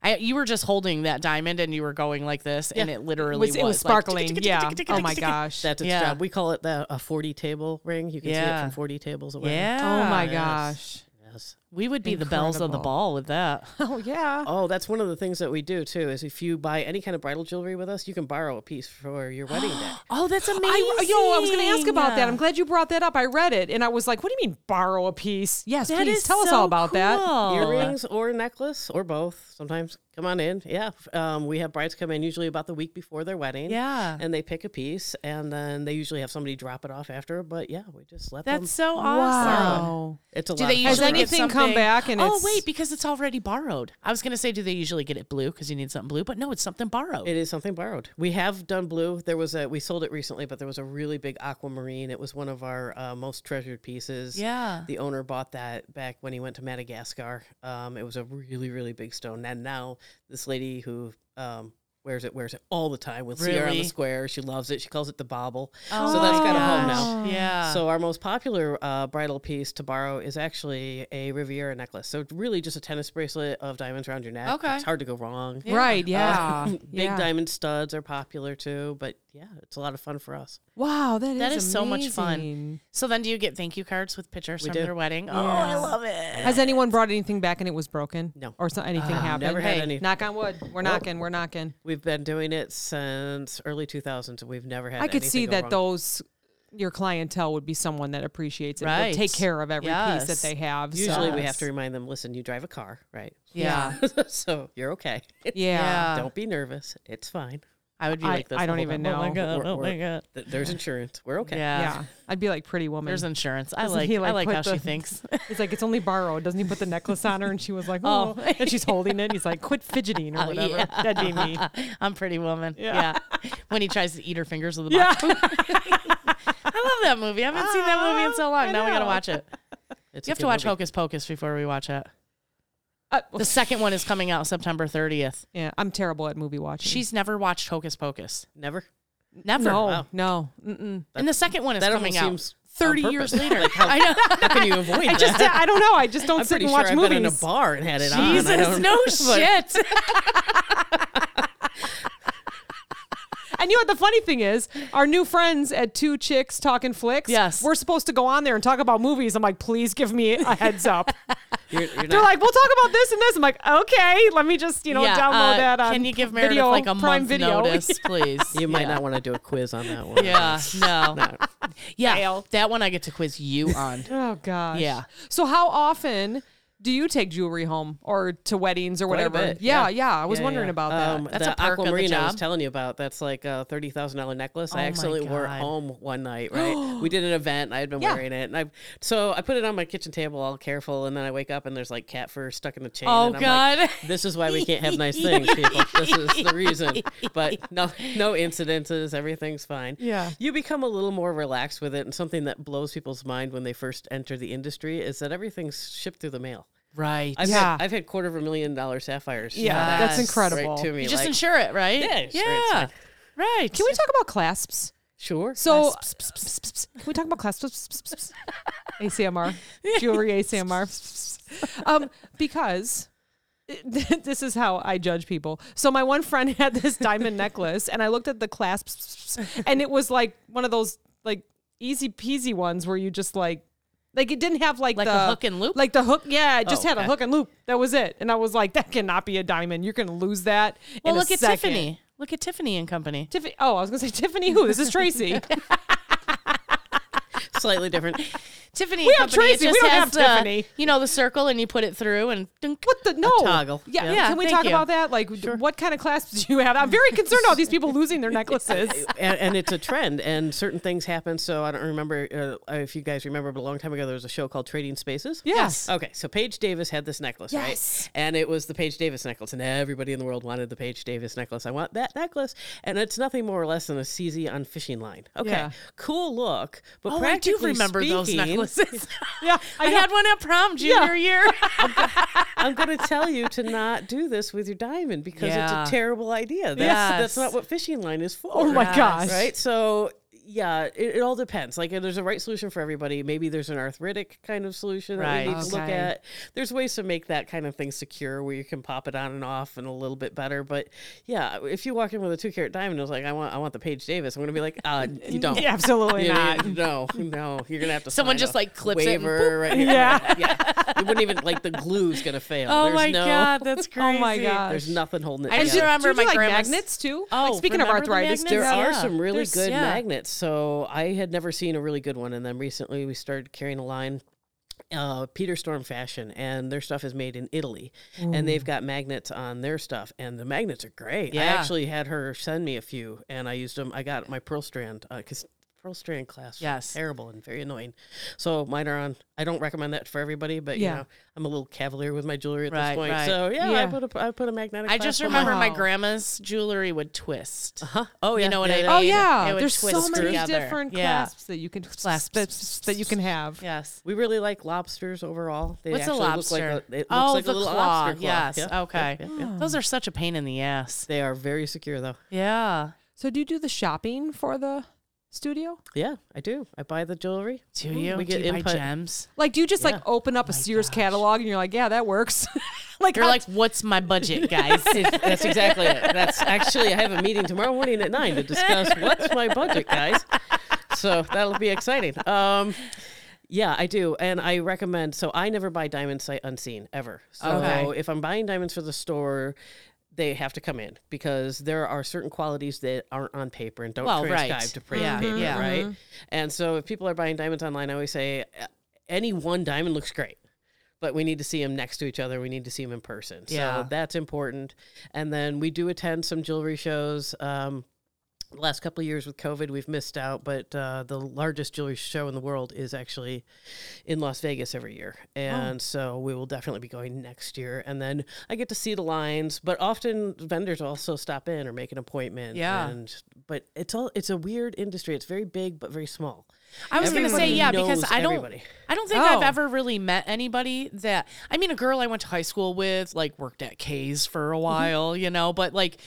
D: I, you were just holding that diamond and you were going like this, and it
C: It
D: literally
C: was, it was
D: like,
C: sparkling. yeah. Oh my gosh.
E: That's its
D: Yeah.
E: job. We call it the, a 40 table ring. You can see
D: Yeah.
E: it from 40 tables away.
D: yeah.
C: oh my gosh.
E: Yes.
D: We would be the bells of the
C: Incredible.
D: ball with that.
C: Oh yeah.
E: Oh, that's one of the things that we do too. Is if you buy any kind of bridal jewelry with us, you can borrow a piece for your wedding day.
D: Oh, that's amazing.
C: I, yo, I was going to ask about that. I'm glad you brought that up. I read it and I was like, what do you mean borrow a piece? Yes,
D: That
C: please
D: is
C: tell us
D: so
C: all about that.
D: cool.
E: Earrings or necklace or both. Sometimes come on in. Yeah, f- um, we have brides come in usually about the week before their wedding.
D: Yeah.
E: and they pick a piece, and then they usually have somebody drop it off after. But yeah, we just let them.
D: That's so awesome.
C: Wow.
E: It's a
D: Do
E: lot.
D: they
E: of
D: usually
E: fun.
C: Has
D: Sure.
C: anything
D: Something-
C: come back and
D: oh
C: it's
D: wait, because it's already borrowed. I was gonna say, do they usually get it blue because you need something blue? But no, it's something borrowed.
E: It is something borrowed. We have done blue. There was a we sold it recently, but there was a really big aquamarine. It was one of our uh, most treasured pieces.
D: Yeah.
E: The owner bought that back when he went to Madagascar. Um, it was a really really big stone, and now this lady who um, wears it wears it all the time. We'll see her on the
D: Really?
E: square. She loves it. She calls it the bobble. so that's got a home now.
D: Oh
C: Ah.
D: Yeah.
E: So our most popular uh, bridal piece to borrow is actually a Riviera necklace. So it's really just a tennis bracelet of diamonds around your neck.
D: Okay.
E: It's hard to go wrong.
C: Right, yeah.
E: Uh, big
C: yeah.
E: diamond studs are popular too, but yeah, it's a lot of fun for us.
C: Wow, that is
D: That is so much fun.
C: amazing.
D: so then, do you get thank you cards with pictures from
E: do.
D: their wedding? Oh, I love it.
C: Has anyone brought anything back and it was broken?
E: No.
C: Or so, anything
D: Uh,
C: happened?
E: never had
C: Hey,
E: any.
C: Knock on wood. We're knocking. We're knocking.
E: We've been doing it since early 2000s. and We've never had.
C: I could see
E: anything go
C: that
E: wrong.
C: those your clientele would be someone that appreciates it, would
D: Right.
C: take care of every piece
D: Yes.
C: that they have. so-
E: Usually we have
D: sucks.
E: to remind them. Listen, you drive a car, right?
D: Yeah.
E: so you're okay.
C: yeah.
D: Yeah.
E: Don't be nervous. It's fine.
D: I would be
C: I-
D: like this.
C: I
D: the
C: don't
D: whole
C: even
D: time. Oh my
C: know.
D: god.
E: We're-
D: Oh my
E: we're-
D: god.
E: Th- There's insurance. We're okay.
D: Yeah.
C: Yeah. I'd be like pretty woman.
D: There's insurance. I
C: Doesn't
D: like.
C: he,
D: I
C: like,
D: like
C: put
D: how she
C: the-
D: thinks.
C: He's like, it's only borrowed. Doesn't he put the necklace on her? And she was like, oh. And she's holding it. He's like, quit fidgeting
D: Oh,
C: or whatever. That'd be me.
D: I'm pretty woman.
C: Yeah.
D: Yeah. When he tries to eat her fingers with a box. I love that movie. I haven't seen that movie in so long. now we gotta watch it.
E: It's
D: you have to watch Hocus Pocus before we watch it.
C: Uh,
D: The second one is coming out September 30th.
C: yeah, I'm terrible at movie watching.
D: She's never watched Hocus Pocus.
E: Never.
D: Never.
C: no,
E: wow.
C: no. Mm-mm.
D: And the second one is
E: That
D: coming
E: almost
D: out
E: seems on
D: 30
E: purpose.
D: years later. Uh,
E: Like, how,
D: I know.
E: how can you avoid that?
C: Just, I don't know. I just don't
E: I'm
C: sit
E: pretty
C: and
E: sure
C: watch
E: I've
C: movies.
E: been in a bar and had it on. I
D: Jesus,
E: don't-
D: no
E: but-
D: shit.
C: And you know what the funny thing is? Our new friends at Two Chicks Talking Flicks.
D: Yes.
C: We're supposed to go on there and talk about movies. I'm like, please give me a heads up.
E: You're, you're
C: They're
E: not-
C: like, we'll talk about this and this. I'm like, okay, let me just, you know,
D: Yeah,
C: download
D: uh,
C: that on
D: Can you give Meredith
C: video,
D: like a
C: Prime
D: month
C: video.
D: notice, please?
E: you might not want to do a quiz on that one.
D: Yeah, no. Yeah, that one I get to quiz you on.
C: Oh gosh.
D: Yeah.
C: So how often do you take jewelry home or to weddings or
E: Quite a
C: whatever?
E: bit,
C: Yeah, yeah,
E: yeah.
C: I was
E: Yeah,
C: wondering
E: yeah.
C: about that.
E: Um,
D: That's
E: the
D: a perk of the
E: aquamarine I was
D: job. Oh
E: telling you about. That's like a thirty thousand dollar necklace. I
D: my
E: accidentally wore it
D: God.
E: home one night. Right, we did an event. and I had been
C: Yeah.
E: wearing it, and I so I put it on my kitchen table, all careful, and then I wake up and there's like cat fur stuck in the chain.
D: Oh,
E: and I'm
D: God.
E: like, this is why we can't have nice things, people. This is the reason. But no, no incidences. Everything's fine.
C: Yeah.
E: you become a little more relaxed with it, and something that blows people's mind when they first enter the industry is that everything's shipped through the mail.
D: Right.
E: I've
C: Yeah.
E: had, I've had quarter of a million dollar sapphires.
C: yeah,
D: Yes.
E: shot
C: that's incredible.
E: Right to me,
D: you just
E: like-
D: insure it, right?
E: Yeah, it's- it's
D: Yeah.
E: like-
D: Right.
C: Can we talk about clasps?
E: Sure.
C: So can we talk about clasps? ACMR jewelry ACMR. Um, because this is how I judge people. So my one friend had this diamond necklace, and I looked at the clasps, and it was like one of those like easy peasy ones where you just like. Like it didn't have like,
D: Like
C: the,
D: a hook and loop?
C: Like the hook, yeah, it just
E: Oh,
C: had a
E: okay.
C: hook and loop. That was it. And I was like, that cannot be a diamond. You're gonna lose that.
D: well,
C: in a
D: look at
C: second.
D: Tiffany. Look at Tiffany and Company.
C: Tiffany. Oh, I was gonna say Tiffany. Who? This is Tracy.
E: slightly different.
D: Tiffany
C: We
D: and
C: have
D: Company. it
C: Tracy. We
D: just
C: don't
D: has
C: have
D: the,
C: Tiffany.
D: You know the circle, and you put it through, and dunk.
C: What the no
E: toggle.
C: Yeah,
E: Yeah.
D: Yeah,
C: can we
D: thank
C: talk
D: you.
C: about that? Like, d- what kind of clasps do you have? I'm very concerned about these people losing their necklaces.
E: and, and it's a trend, and certain things happen. So I don't remember uh, if you guys remember, but a long time ago there was a show called Trading Spaces.
C: Yes.
E: Okay, so Paige Davis had this necklace,
C: Yes.
E: right? And it was the Paige Davis necklace, and everybody in the world wanted the Paige Davis necklace. I want that necklace, and it's nothing more or less than a CZ on fishing line. Okay,
C: Yeah.
E: cool look, but
D: Oh, I do
E: practically
D: remember those
E: speaking-
D: necklaces.
C: Yeah,
D: I had one at prom junior year.
C: Oh
E: I'm going to tell you to not do this with your diamond because
D: Yeah.
E: it's a terrible idea. That's, that's
D: Yes.
E: not what fishing line is for.
C: Oh my
D: Yes.
C: gosh!
E: right? So yeah, it, it all depends. Like, uh, there's a right solution for everybody. Maybe there's an arthritic kind of solution that we
D: Right.
E: need to look
C: Okay.
E: at. There's ways to make that kind of thing secure where you can pop it on and off and a little bit better. But yeah, if you walk in with a two carat diamond, and it's like I want, I want the Paige Davis. I'm gonna be like, uh, you don't.
C: Yeah, absolutely
E: You-
C: not.
E: you- no, no, you're gonna have to.
D: Someone
E: sign
D: just,
E: a
D: like, clips it and
E: waiver right here.
C: Yeah.
E: yeah. You wouldn't even like the glue's gonna fail.
D: Oh
E: there's
D: my
E: no,
D: god, that's crazy.
C: Oh my gosh.
E: There's nothing holding it.
D: I just
E: together.
D: remember
C: Do you do,
D: my
C: like
D: grandma's-
C: magnets too?
D: Oh,
C: like speaking of
D: remember the magnets?
C: arthritis, do you
E: There
C: have-
E: are
D: yeah.
E: some really
D: There's-
E: good
D: yeah.
E: magnets. So I had never seen a really good one, and then recently we started carrying a line. Uh, Peter Storm Fashion, and their stuff is made in Italy, and they've got magnets on their stuff, and the magnets are great. I
D: Mm. Yeah.
E: actually had her send me a few, and I used them. I got my pearl strand because pearl strand class was
D: Yes.
E: terrible and very annoying. So mine are on. I don't recommend that for everybody, but
C: Yeah.
E: you know I'm a little cavalier with my jewelry at
D: Right,
E: this point.
D: right.
E: So yeah,
C: Yeah.
E: I put a I put a magnetic.
D: I just
E: clasp on.
D: remember my
C: Wow.
D: grandma's jewelry would twist.
E: Huh? Oh yeah,
D: You know what
E: yeah,
D: I
E: yeah,
D: mean?
C: Oh
D: They-
C: yeah,
D: they would
C: there's so
D: twist
C: many
D: together.
C: different
D: Yeah.
C: clasps that you can
D: Clasps.
C: clasps that you can have.
D: Yes.
E: We really like lobsters overall. They
D: What's a
E: actually
D: lobster?
E: Look like a, it looks
D: oh,
E: like
D: the
E: a little
D: claw.
E: lobster claw.
D: Yes.
E: Yeah, yeah,
D: Okay.
E: yeah, yeah.
D: Those are such a pain in the ass.
E: They are very secure though.
D: Yeah.
C: So do you do the shopping for the studio?
E: Yeah, I do. I buy the jewelry.
D: Do you?
E: We
D: do
E: get
D: you buy
E: input.
D: gems.
C: Like do you just like open up a Sears catalog and you're like, yeah, that works. like
D: Oh You're
C: how-
D: like, what's my budget, guys?
E: That's exactly it. That's actually I have a meeting tomorrow morning at nine to discuss what's my budget, guys. So that'll be exciting. Um, yeah, I do, and I recommend. So I never buy diamonds sight unseen ever. So
D: Okay.
E: if I'm buying diamonds for the store. They have to come in because there are certain qualities that aren't on paper and don't
D: Well, right.
E: transcribe to print
D: Yeah,
E: and paper,
D: yeah. Mm-hmm.
E: right? And so if people are buying diamonds online, I always say uh, any one diamond looks great, but we need to see them next to each other. We need to see them in person.
D: Yeah.
E: So that's important. And then we do attend some jewelry shows. Um, the last couple of years with COVID, we've missed out, but uh, the largest jewelry show in the world is actually in Las Vegas every year.
D: Oh.
E: And so we will definitely be going next year. And then I get to see the lines, but often vendors also stop in or make an appointment.
D: Yeah.
E: And but it's all it's a weird industry. It's very big but very small.
D: I was going to say,
E: Everybody
D: yeah, because
E: knows
D: I don't,
E: everybody.
D: I don't think
C: Oh.
D: I've ever really met anybody that. I mean, a girl I went to high school with, like, worked at K's for a while, you know, but like,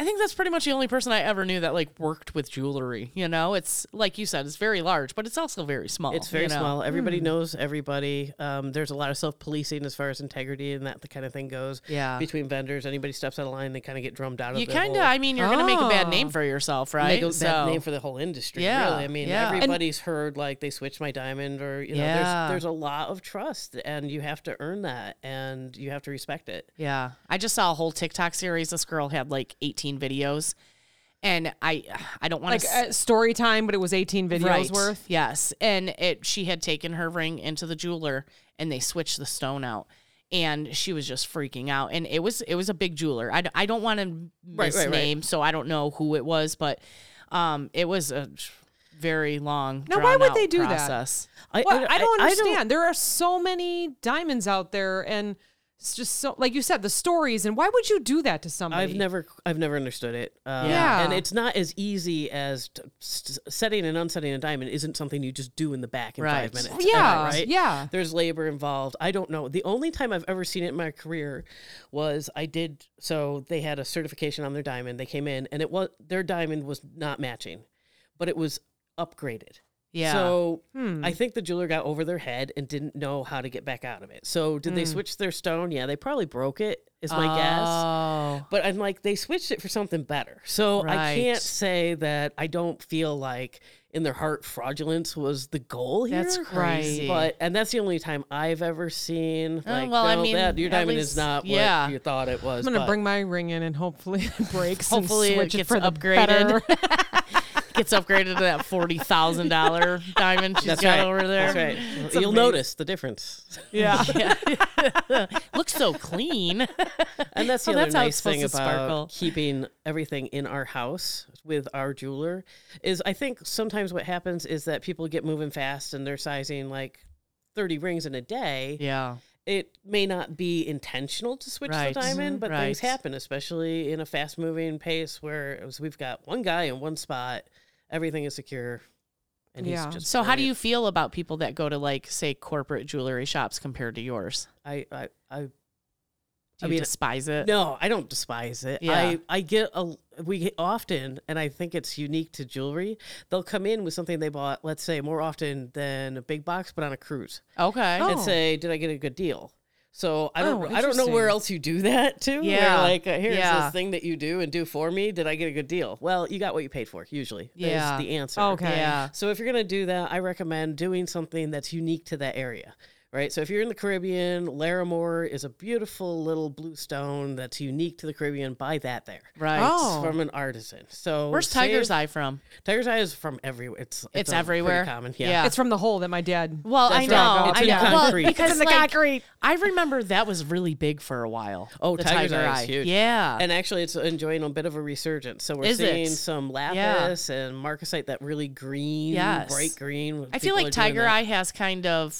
D: I think that's pretty much the only person I ever knew that like worked with jewelry. You know, it's like you said, it's very large, but it's also very small.
E: It's very
D: you know? Hmm.
E: small. Everybody knows everybody. Um, there's a lot of self policing as far as integrity and that the kind of thing goes.
D: Yeah.
E: Between vendors, anybody steps out of line, they kind of get drummed out of.
D: You
E: the
D: kind of,
E: whole-
D: I mean, you're going to make a bad name
C: Oh.
D: for yourself,
E: make
D: right?
E: a bad name for the whole industry.
D: Yeah,
E: Really. I mean,
D: yeah. And-
E: everybody's heard like they switched my diamond, or you know,
D: Yeah.
E: there's there's a lot of trust, and you have to earn that, and you have to respect it.
D: Yeah. I just saw a whole TikTok series. This girl had like 18 videos. And I I don't want
C: like
D: to
C: uh, story time, but it was 18 videos worth.
D: Yes. And it she had taken her ring into the jeweler and they switched the stone out. And she was just freaking out. And it was it was a big jeweler. I, d- I don't want to
E: right, right.
D: misname, so I don't know who it was, but um it was a very long
C: Now, why would
D: drawn-out
C: they do that?
D: process.
C: Well, I, don't understand. There are so many diamonds out there, and it's just so, like you said, the stories. And why would you do that to somebody?
E: I've never, I've never understood it. Uh,
C: Yeah.
E: and it's not as easy as t- s- setting and unsetting a diamond. Isn't something you just do in the back in
D: Right.
E: five minutes.
C: Yeah,
E: right?
C: yeah.
E: There's labor involved. I don't know. The only time I've ever seen it in my career was I did. So they had a certification on their diamond. They came in, and it was their diamond was not matching, but it was upgraded.
D: Yeah.
E: So I think the jeweler got over their head and didn't know how to get back out of it. So did they switch their stone? Yeah, they probably broke it. Is my guess.
D: Oh.
E: But I'm like, they switched it for something better. So I
D: Right.
E: can't say that I don't feel like in their heart fraudulence was the goal here.
D: That's crazy. Uh,
E: But and that's the only time I've ever seen like
D: well, I
E: no,
D: mean,
E: that your
D: at
E: diamond is
D: least-
E: not what
D: yeah.
E: you thought it was.
C: I'm gonna
E: but-
C: bring my ring in, and hopefully it breaks.
D: Hopefully it
C: and switch
D: gets
C: for the
D: upgraded.
C: better.
D: Gets upgraded to that forty thousand dollar diamond she's
E: that's
D: got
E: right.
D: over there.
E: That's right. You'll
D: amazing.
E: notice the difference.
C: yeah.
D: Looks so clean.
E: And that's the
D: Oh,
E: other
D: that's how it's
E: nice thing
D: supposed to
E: about
D: sparkle.
E: keeping everything in our house with our jeweler is I think sometimes what happens is that people get moving fast and they're sizing like 30 rings in a day.
D: Yeah.
E: It may not be intentional to switch
D: Right.
E: the diamond, but things
D: Right.
E: happen, especially in a fast moving pace where it was, we've got one guy in one spot, everything is secure. And he's
C: Yeah.
E: just
D: So how do you
E: brilliant.
D: feel about people that go to like say corporate jewelry shops compared to yours?
E: I, I, I
D: Do
E: I
D: you
E: mean,
D: despise it?
E: No, I don't despise it.
D: Yeah.
E: I, I get a we often, and I think it's unique to jewelry, they'll come in with something they bought, let's say more often than a big box, but on a cruise,
D: Okay.
E: and
C: Oh.
E: say, "Did I get a good deal?" So I don't,
C: Oh,
E: I don't know
C: interesting.
E: where else you do that too. They're
D: Yeah.
E: like uh, here's
D: Yeah.
E: this thing that you do and do for me. Did I get a good deal? Well, you got what you paid for. Usually,
D: Yeah. Oh,
E: is the answer.
C: Okay.
D: Yeah.
E: So if you're gonna do that, I recommend doing something that's unique to that area. Right. So if you're in the Caribbean, Larimore is a beautiful little blue stone that's unique to the Caribbean. Buy that there.
D: Right.
C: Oh.
E: It's from an artisan. So
D: Where's Tiger's
E: save-
D: Eye from?
E: Tiger's eye is from everywhere. It's it's,
D: It's
E: a pretty
D: everywhere.
E: Common. Yeah.
D: Yeah.
C: It's from the hole that my dad.
D: Well,
E: That's
D: I
E: right.
D: know.
E: Oh, it's
D: I
E: in the
D: know. Well,
E: concrete. It's
D: because
C: in the
D: like,
C: concrete.
D: I remember that was really big for a while.
E: Oh,
D: the
E: Tiger's Eye is
D: Eye.
E: huge.
D: Yeah.
E: And actually, it's enjoying a bit of a resurgence. So we're
D: Is it?
E: seeing some lapis and marcasite that really green,
D: Yes.
E: bright green.
D: I feel
E: People
D: like
E: are doing
D: Tiger
E: that.
D: Eye has kind of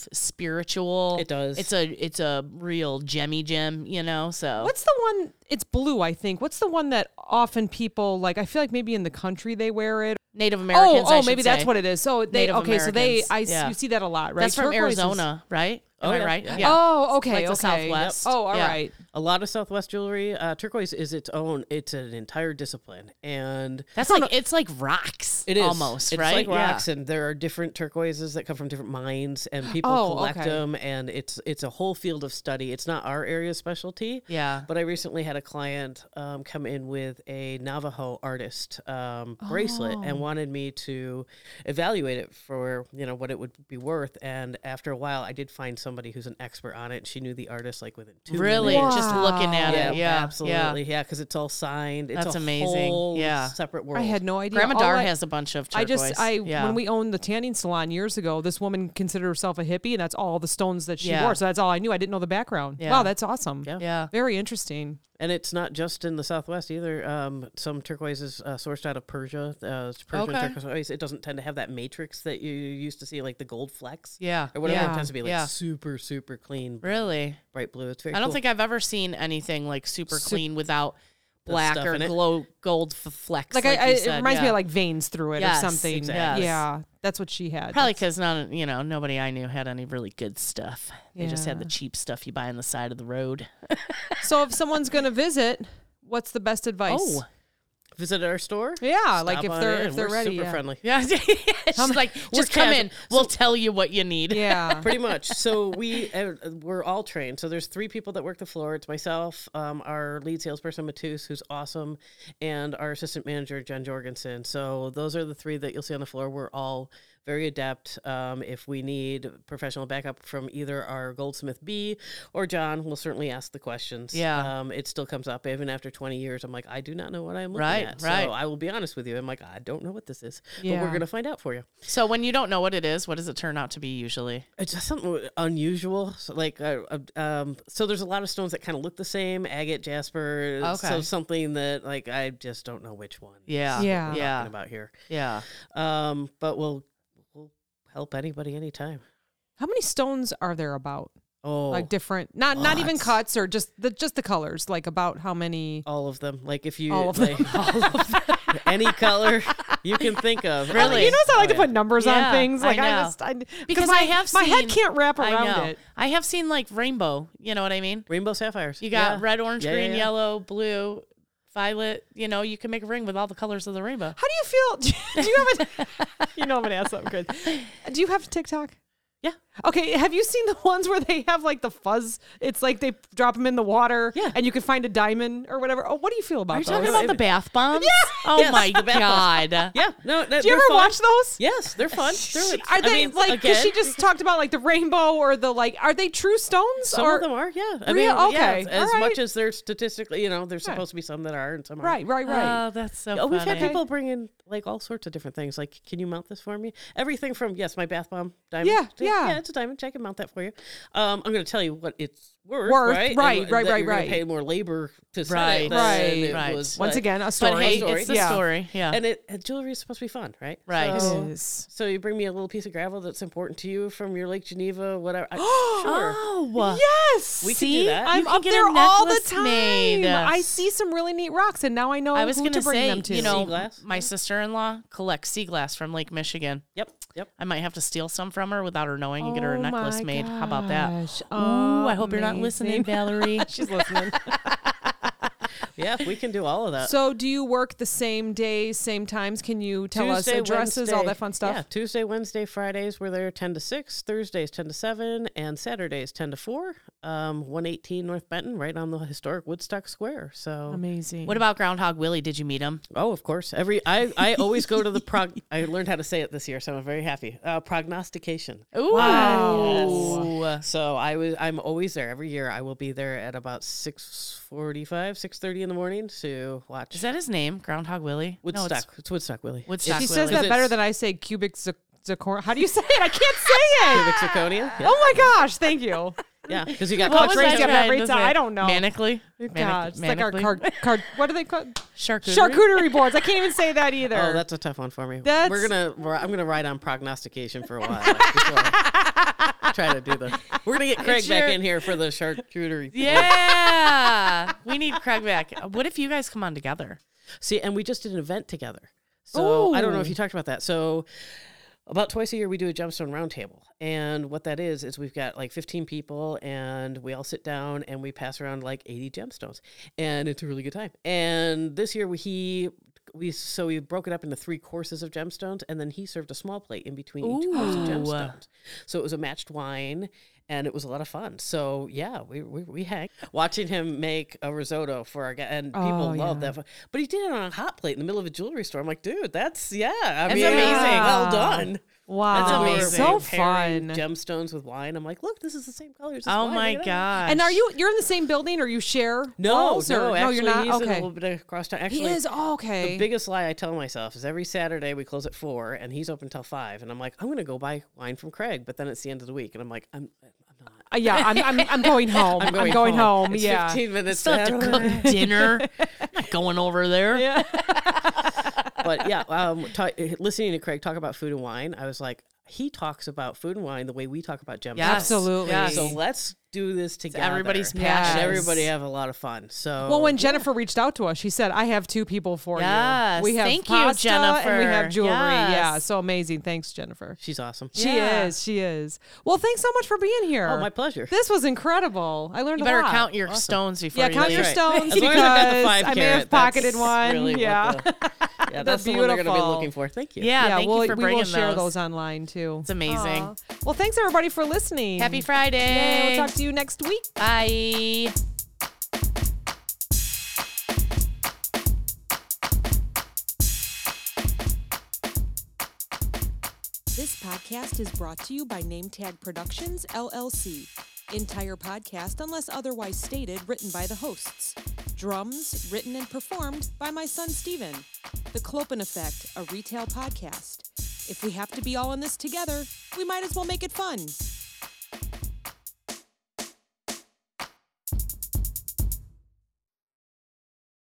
D: spiritual.
E: It does.
D: It's a it's a real gemmy gem, you know. So
C: What's the one? It's blue, I think. What's the one that often people like? I feel like maybe in the country they wear it.
D: Native Americans.
C: oh,
D: I
C: oh,
D: should
C: maybe that's
D: say.
C: what it is. So they
D: Native
C: okay. So they, I
D: Americans. Yeah.
C: you see that a lot, right?
D: That's from
C: Turquoise is-
D: Arizona, right?
E: Oh,
D: Am I
E: yeah.
D: right?
E: Yeah.
C: Oh, okay,
D: Like the
C: okay.
D: Southwest.
C: Oh, all right.
D: Yeah.
E: A lot of Southwest jewelry, uh, turquoise is its own. It's an entire discipline, and
D: That's like it's like rocks.
E: It is
D: almost
E: it's
D: right.
E: like
D: Yeah.
E: rocks, and there are different turquoises that come from different mines, and people
C: Oh,
E: collect
C: okay.
E: them, and it's it's a whole field of study. It's not our area of specialty.
D: Yeah.
E: But I recently had a client um, come in with a Navajo artist um, bracelet
D: Oh.
E: and wanted me to evaluate it for you know what it would be worth. And after a while, I did find somebody who's an expert on it. She knew the artist like within two
D: Really,
E: minutes.
D: just looking at
E: Yeah,
D: it. Yeah,
E: absolutely. Yeah, because it's all signed. It's
D: That's
E: a
D: amazing.
E: whole
D: Yeah.
E: separate world.
C: I had no
D: Yeah.
C: idea.
D: Grandma
C: All
D: Dar
C: I-
D: has a bunch of
C: I
D: turquoise.
C: just I
D: yeah.
C: when we owned the tanning salon years ago, this woman considered herself a hippie, and that's all the stones that she
D: Yeah.
C: wore. So that's all I knew. I didn't know the background.
D: Yeah.
C: Wow, that's awesome.
E: Yeah.
D: yeah.
C: very interesting.
E: And it's not just in the Southwest either. Um, some turquoise is uh, sourced out of Persia. Uh, it's Persian
D: Okay.
E: turquoise. It doesn't tend to have that matrix that you used to see, like the gold flecks
D: Yeah.
E: or whatever.
C: Yeah.
E: It tends to be like
D: Yeah.
E: super, super clean,
D: Really?
E: bright blue. It's very.
D: I don't
E: cool.
D: think I've ever seen anything like super clean without
E: The
D: black
E: stuff
D: or
E: in it.
D: glow gold f- flecks.
C: Like,
D: Like,
C: I, I
D: you
C: it
D: said,
C: reminds me
D: yeah.
C: of like veins through it
D: Yes,
C: or something.
D: exactly.
C: Yeah, that's what she had.
D: Probably because none, you know, nobody I knew had any really good stuff. They just had the
C: Yeah.
D: cheap stuff you buy on the side of the road.
C: so if someone's gonna visit, what's the best advice?
D: Oh,
E: visit our store.
C: yeah, like
E: Stop
C: if
E: on
C: they're
E: in.
C: if they're
E: We're
C: ready.
E: super
C: yeah.
E: friendly.
D: yeah. She's like, just come in. We'll tell you what you need.
C: Yeah.
E: pretty much. So we uh, we're all trained. So there's three people that work the floor. It's myself, um, our lead salesperson Matus, who's awesome, and our assistant manager Jen Jorgensen. So those are the three that you'll see on the floor. We're all very adept. Um, if we need professional backup from either our goldsmith B or John, we'll certainly ask the questions.
D: Yeah.
E: um, it still comes up even after 20 years. I'm like, I do not know what I'm looking
D: Right,
E: at.
D: right.
E: So I will be honest with you. I'm like, I don't know what this is, but
C: Yeah.
E: we're gonna find out for you.
D: So when you don't know what it is, what does it turn out to be usually?
E: It's just something unusual. So like, uh, uh, um, so there's a lot of stones that kind of look the same, agate, jasper.
D: Okay.
E: So something that like I just don't know which one.
D: Yeah.
C: Yeah.
E: we're
D: Yeah.
E: Talking about here,
D: Yeah.
E: um, but we'll we'll help anybody anytime.
C: How many stones are there about?
E: Oh,
C: Like different, not not even
E: lots.
C: cuts or just the just the colors. Like about how many?
E: all of them. Like if you
C: All of
E: like, all of them. any color you can think of.
D: Really?
C: You know, so I like
E: Oh,
C: to
E: yeah.
C: put numbers
D: Yeah,
C: on things.
D: I
C: Like I,
D: know.
C: just I,
D: Because
C: my,
D: I have
C: my
D: seen-
C: head can't wrap
D: I know.
C: around it.
D: I have seen like rainbow. You know what I mean?
E: rainbow sapphires.
D: You got
E: Yeah.
D: red, orange,
E: Yeah, yeah,
D: green,
E: yeah.
D: yellow, blue, violet. You know, you can make a ring with all the colors of the rainbow.
C: How do you feel? Do you have a? you know I'm gonna ask something good. Do you have TikTok?
E: Yeah.
C: Okay. Have you seen the ones where they have like the fuzz? It's like they drop them in the water,
E: Yeah.
C: and you can find a diamond or whatever. Oh, what do you feel about
D: Are you
C: those?
D: talking about the bath bombs? Oh
E: Yes,
D: my
E: the bath
D: god.
E: bombs. Yeah. No.
C: do you ever watch those?
E: Yes, they're fun. They're,
C: Are they
E: I mean,
C: like? Because she
E: again,
C: just talked about like the rainbow or the like. Are they true stones?
E: Some
C: or
E: of them are, yeah. I
C: Real-
E: mean, yeah,
C: okay,
E: as
C: all right.
E: much as they're statistically, you know, there's supposed to be some that are and some
C: right, right,
E: aren't.
C: right.
D: Oh, that's so.
E: Oh, we've had
D: funny.
E: people bring in like all sorts of different things. Like, can you mount this for me? Everything from yes, my bath bomb diamond.
C: Yeah, yeah.
E: it's a diamond. I can mount that for you. Um, I'm going to tell you what it's worth.
C: Worth,
E: right, And
C: right,
E: what-
C: right,
E: that
C: right,
E: You're gonna
C: right.
E: Pay more labor to set
D: Right,
E: it than
C: Right.
E: it
D: right.
E: was,
C: Once
E: like-
C: again, a story.
D: But hey,
E: story.
D: it's the
C: Yeah.
D: story. Yeah.
E: and it and jewelry is supposed to be fun, right?
D: Right.
E: So,
C: It is.
E: so you bring me a little piece of gravel that's important to you from your Lake Geneva, whatever. I, sure.
D: oh.
C: Yes.
E: We can
D: See?
E: do that.
D: You
C: I'm
D: can
C: up
D: get a
C: there all the
D: necklace
C: time.
D: made.
C: I see some really neat rocks, and now I know
D: I was
C: who
D: going
C: to
D: to
C: bring
D: say,
C: them to.
D: you know,
E: Sea glass?
D: my sister-in-law collects sea glass from Lake Michigan.
E: Yep. Yep.
D: I might have to steal some from her without her knowing and get her a
C: Oh
D: necklace
C: my
D: made. How about that?
C: gosh.
D: Ooh, I hope you're not
C: Amazing.
D: listening, Valerie.
C: She's listening.
E: yeah, we can do all of that.
C: So, do you work the same days, same times? Can you tell us addresses, all that fun stuff?
E: Yeah, Tuesday, Wednesday, Fridays we're there ten to six, Thursdays ten to seven, and Saturdays ten to four. Um, one eighteen North Benton, right on the historic Woodstock Square. So
C: Amazing.
D: What about Groundhog Willie? Did you meet him?
E: Oh, of course. Every I, I always go to the prog. I learned how to say it this year, so I'm very happy. Uh, prognostication.
D: Ooh.
E: Yes. So I was. I'm always there every year. I will be there at about 6:45, 6:30 in the morning to watch
D: Is that his name? Groundhog Willie? No,
E: Woodstock.
D: it's
E: it's, Woodstock Willie.
D: Woodstock Willie.
C: She says that
E: It's-
C: better than I say cubic zir- zircon. How do you say it? I can't say it.
E: Civic Zirconia. Yeah,
C: Oh my gosh! Thank you.
E: yeah, because you got
C: What
E: caught
C: was that?
E: right-
C: raised up
D: trying
C: every
D: to
C: time.
D: say?
C: I don't know.
D: Manically?
C: God, it's like our
D: manically?
C: card, card. What are they called?
D: Charcuterie?
C: Charcuterie boards. I can't even say that either.
E: Oh, that's a tough one for me.
C: That's-
E: We're gonna. We're, I'm gonna ride on prognostication for a while. before I try to do the. We're gonna get Craig back
D: your-
E: in here for the charcuterie.
D: Yeah. we need Craig back. What if you guys come on together?
E: See, and we just did an event together. So I don't know if
C: Ooh.
E: you talked about that. So about twice a year we do a gemstone roundtable. And what that is is we've got like 15 people and we all sit down and we pass around like 80 gemstones. And it's a really good time. And this year we he we so we broke it up into three courses of gemstones and then he served a small plate in between each course of
D: Ooh.
E: gemstones. So it was a matched wine and it was a lot of fun. So yeah, we we, we hang watching him make a risotto for our guy and people
C: Oh,
E: love
C: yeah.
E: that. But he did it on a hot plate in the middle of a jewelry store. I'm like, dude, that's yeah. I that's
D: amazing.
E: Well done.
C: Uh, wow.
D: That's
E: Or
D: amazing.
C: So
E: pairing
C: fun.
E: Gemstones with wine. I'm like, look, this is the same colors. As
D: Oh
E: wine.
D: my
E: Look at that.
D: gosh.
C: And are you? You're in the same building, or you share?
E: No,
C: walls,
E: no,
C: or,
E: actually,
C: Oh, no, you're not.
E: he's in a
C: okay,
E: little bit across town. Actually,
C: he is. Oh, okay.
E: the biggest lie I tell myself is every Saturday we close at four and he's open till five, and I'm like, I'm gonna go buy wine from Craig, but then it's the end of the week, and I'm like, I'm, I'm not.
C: Uh, yeah, I'm, I'm, I'm going home. I'm going, home.
E: It's
C: Yeah.
E: 15 minutes.
D: still have to
E: ahead.
D: cook dinner? I'm not going over there.
C: Yeah.
E: but yeah, um, ta- listening to Craig talk about food and wine, I was like, he talks about food and wine the way we talk about gemstones.
D: Yes,
C: Absolutely.
D: yes.
E: So let's do this together.
D: everybody's
E: And
C: passions.
E: everybody have a lot of fun. So
C: Well, when Jennifer reached out to us, she said, "I have two people for
D: Yes.
C: you. We have
D: Thank you,
C: pasta and we
D: Jennifer.
C: have jewelry. Yeah,
D: Yes.
C: so amazing. Thanks, Jennifer.
E: she's awesome.
C: She
D: Yeah.
C: is. She is. Well, thanks so much for being here.
E: Oh, my pleasure.
C: This was incredible. I learned
D: You
C: a
D: better
C: lot.
D: count your stones before
C: yeah,
D: you
C: count
D: leave.
C: your
E: Right.
C: stones
E: As long as I've got the
C: because
E: five
C: I may
E: carat,
C: have pocketed
E: that's
C: one.
E: really what
C: yeah.
E: the- yeah, that's the one they're going to be
C: beautiful.
E: looking for. Thank you.
D: Yeah,
C: yeah,
D: thank
C: we'll,
D: you for
C: we
D: bringing
C: will share
D: those.
C: those online too.
D: It's amazing.
C: Aw. Well, thanks everybody for listening.
D: Happy Friday.
C: Yay, We'll talk to you next week.
D: Bye.
A: This podcast is brought to you by NameTag Productions, LLC. Entire podcast, unless otherwise stated, written by the hosts. Drums, written and performed by my son Steven. The Clopen Effect, a retail podcast. If we have to be all in this together, we might as well make it fun.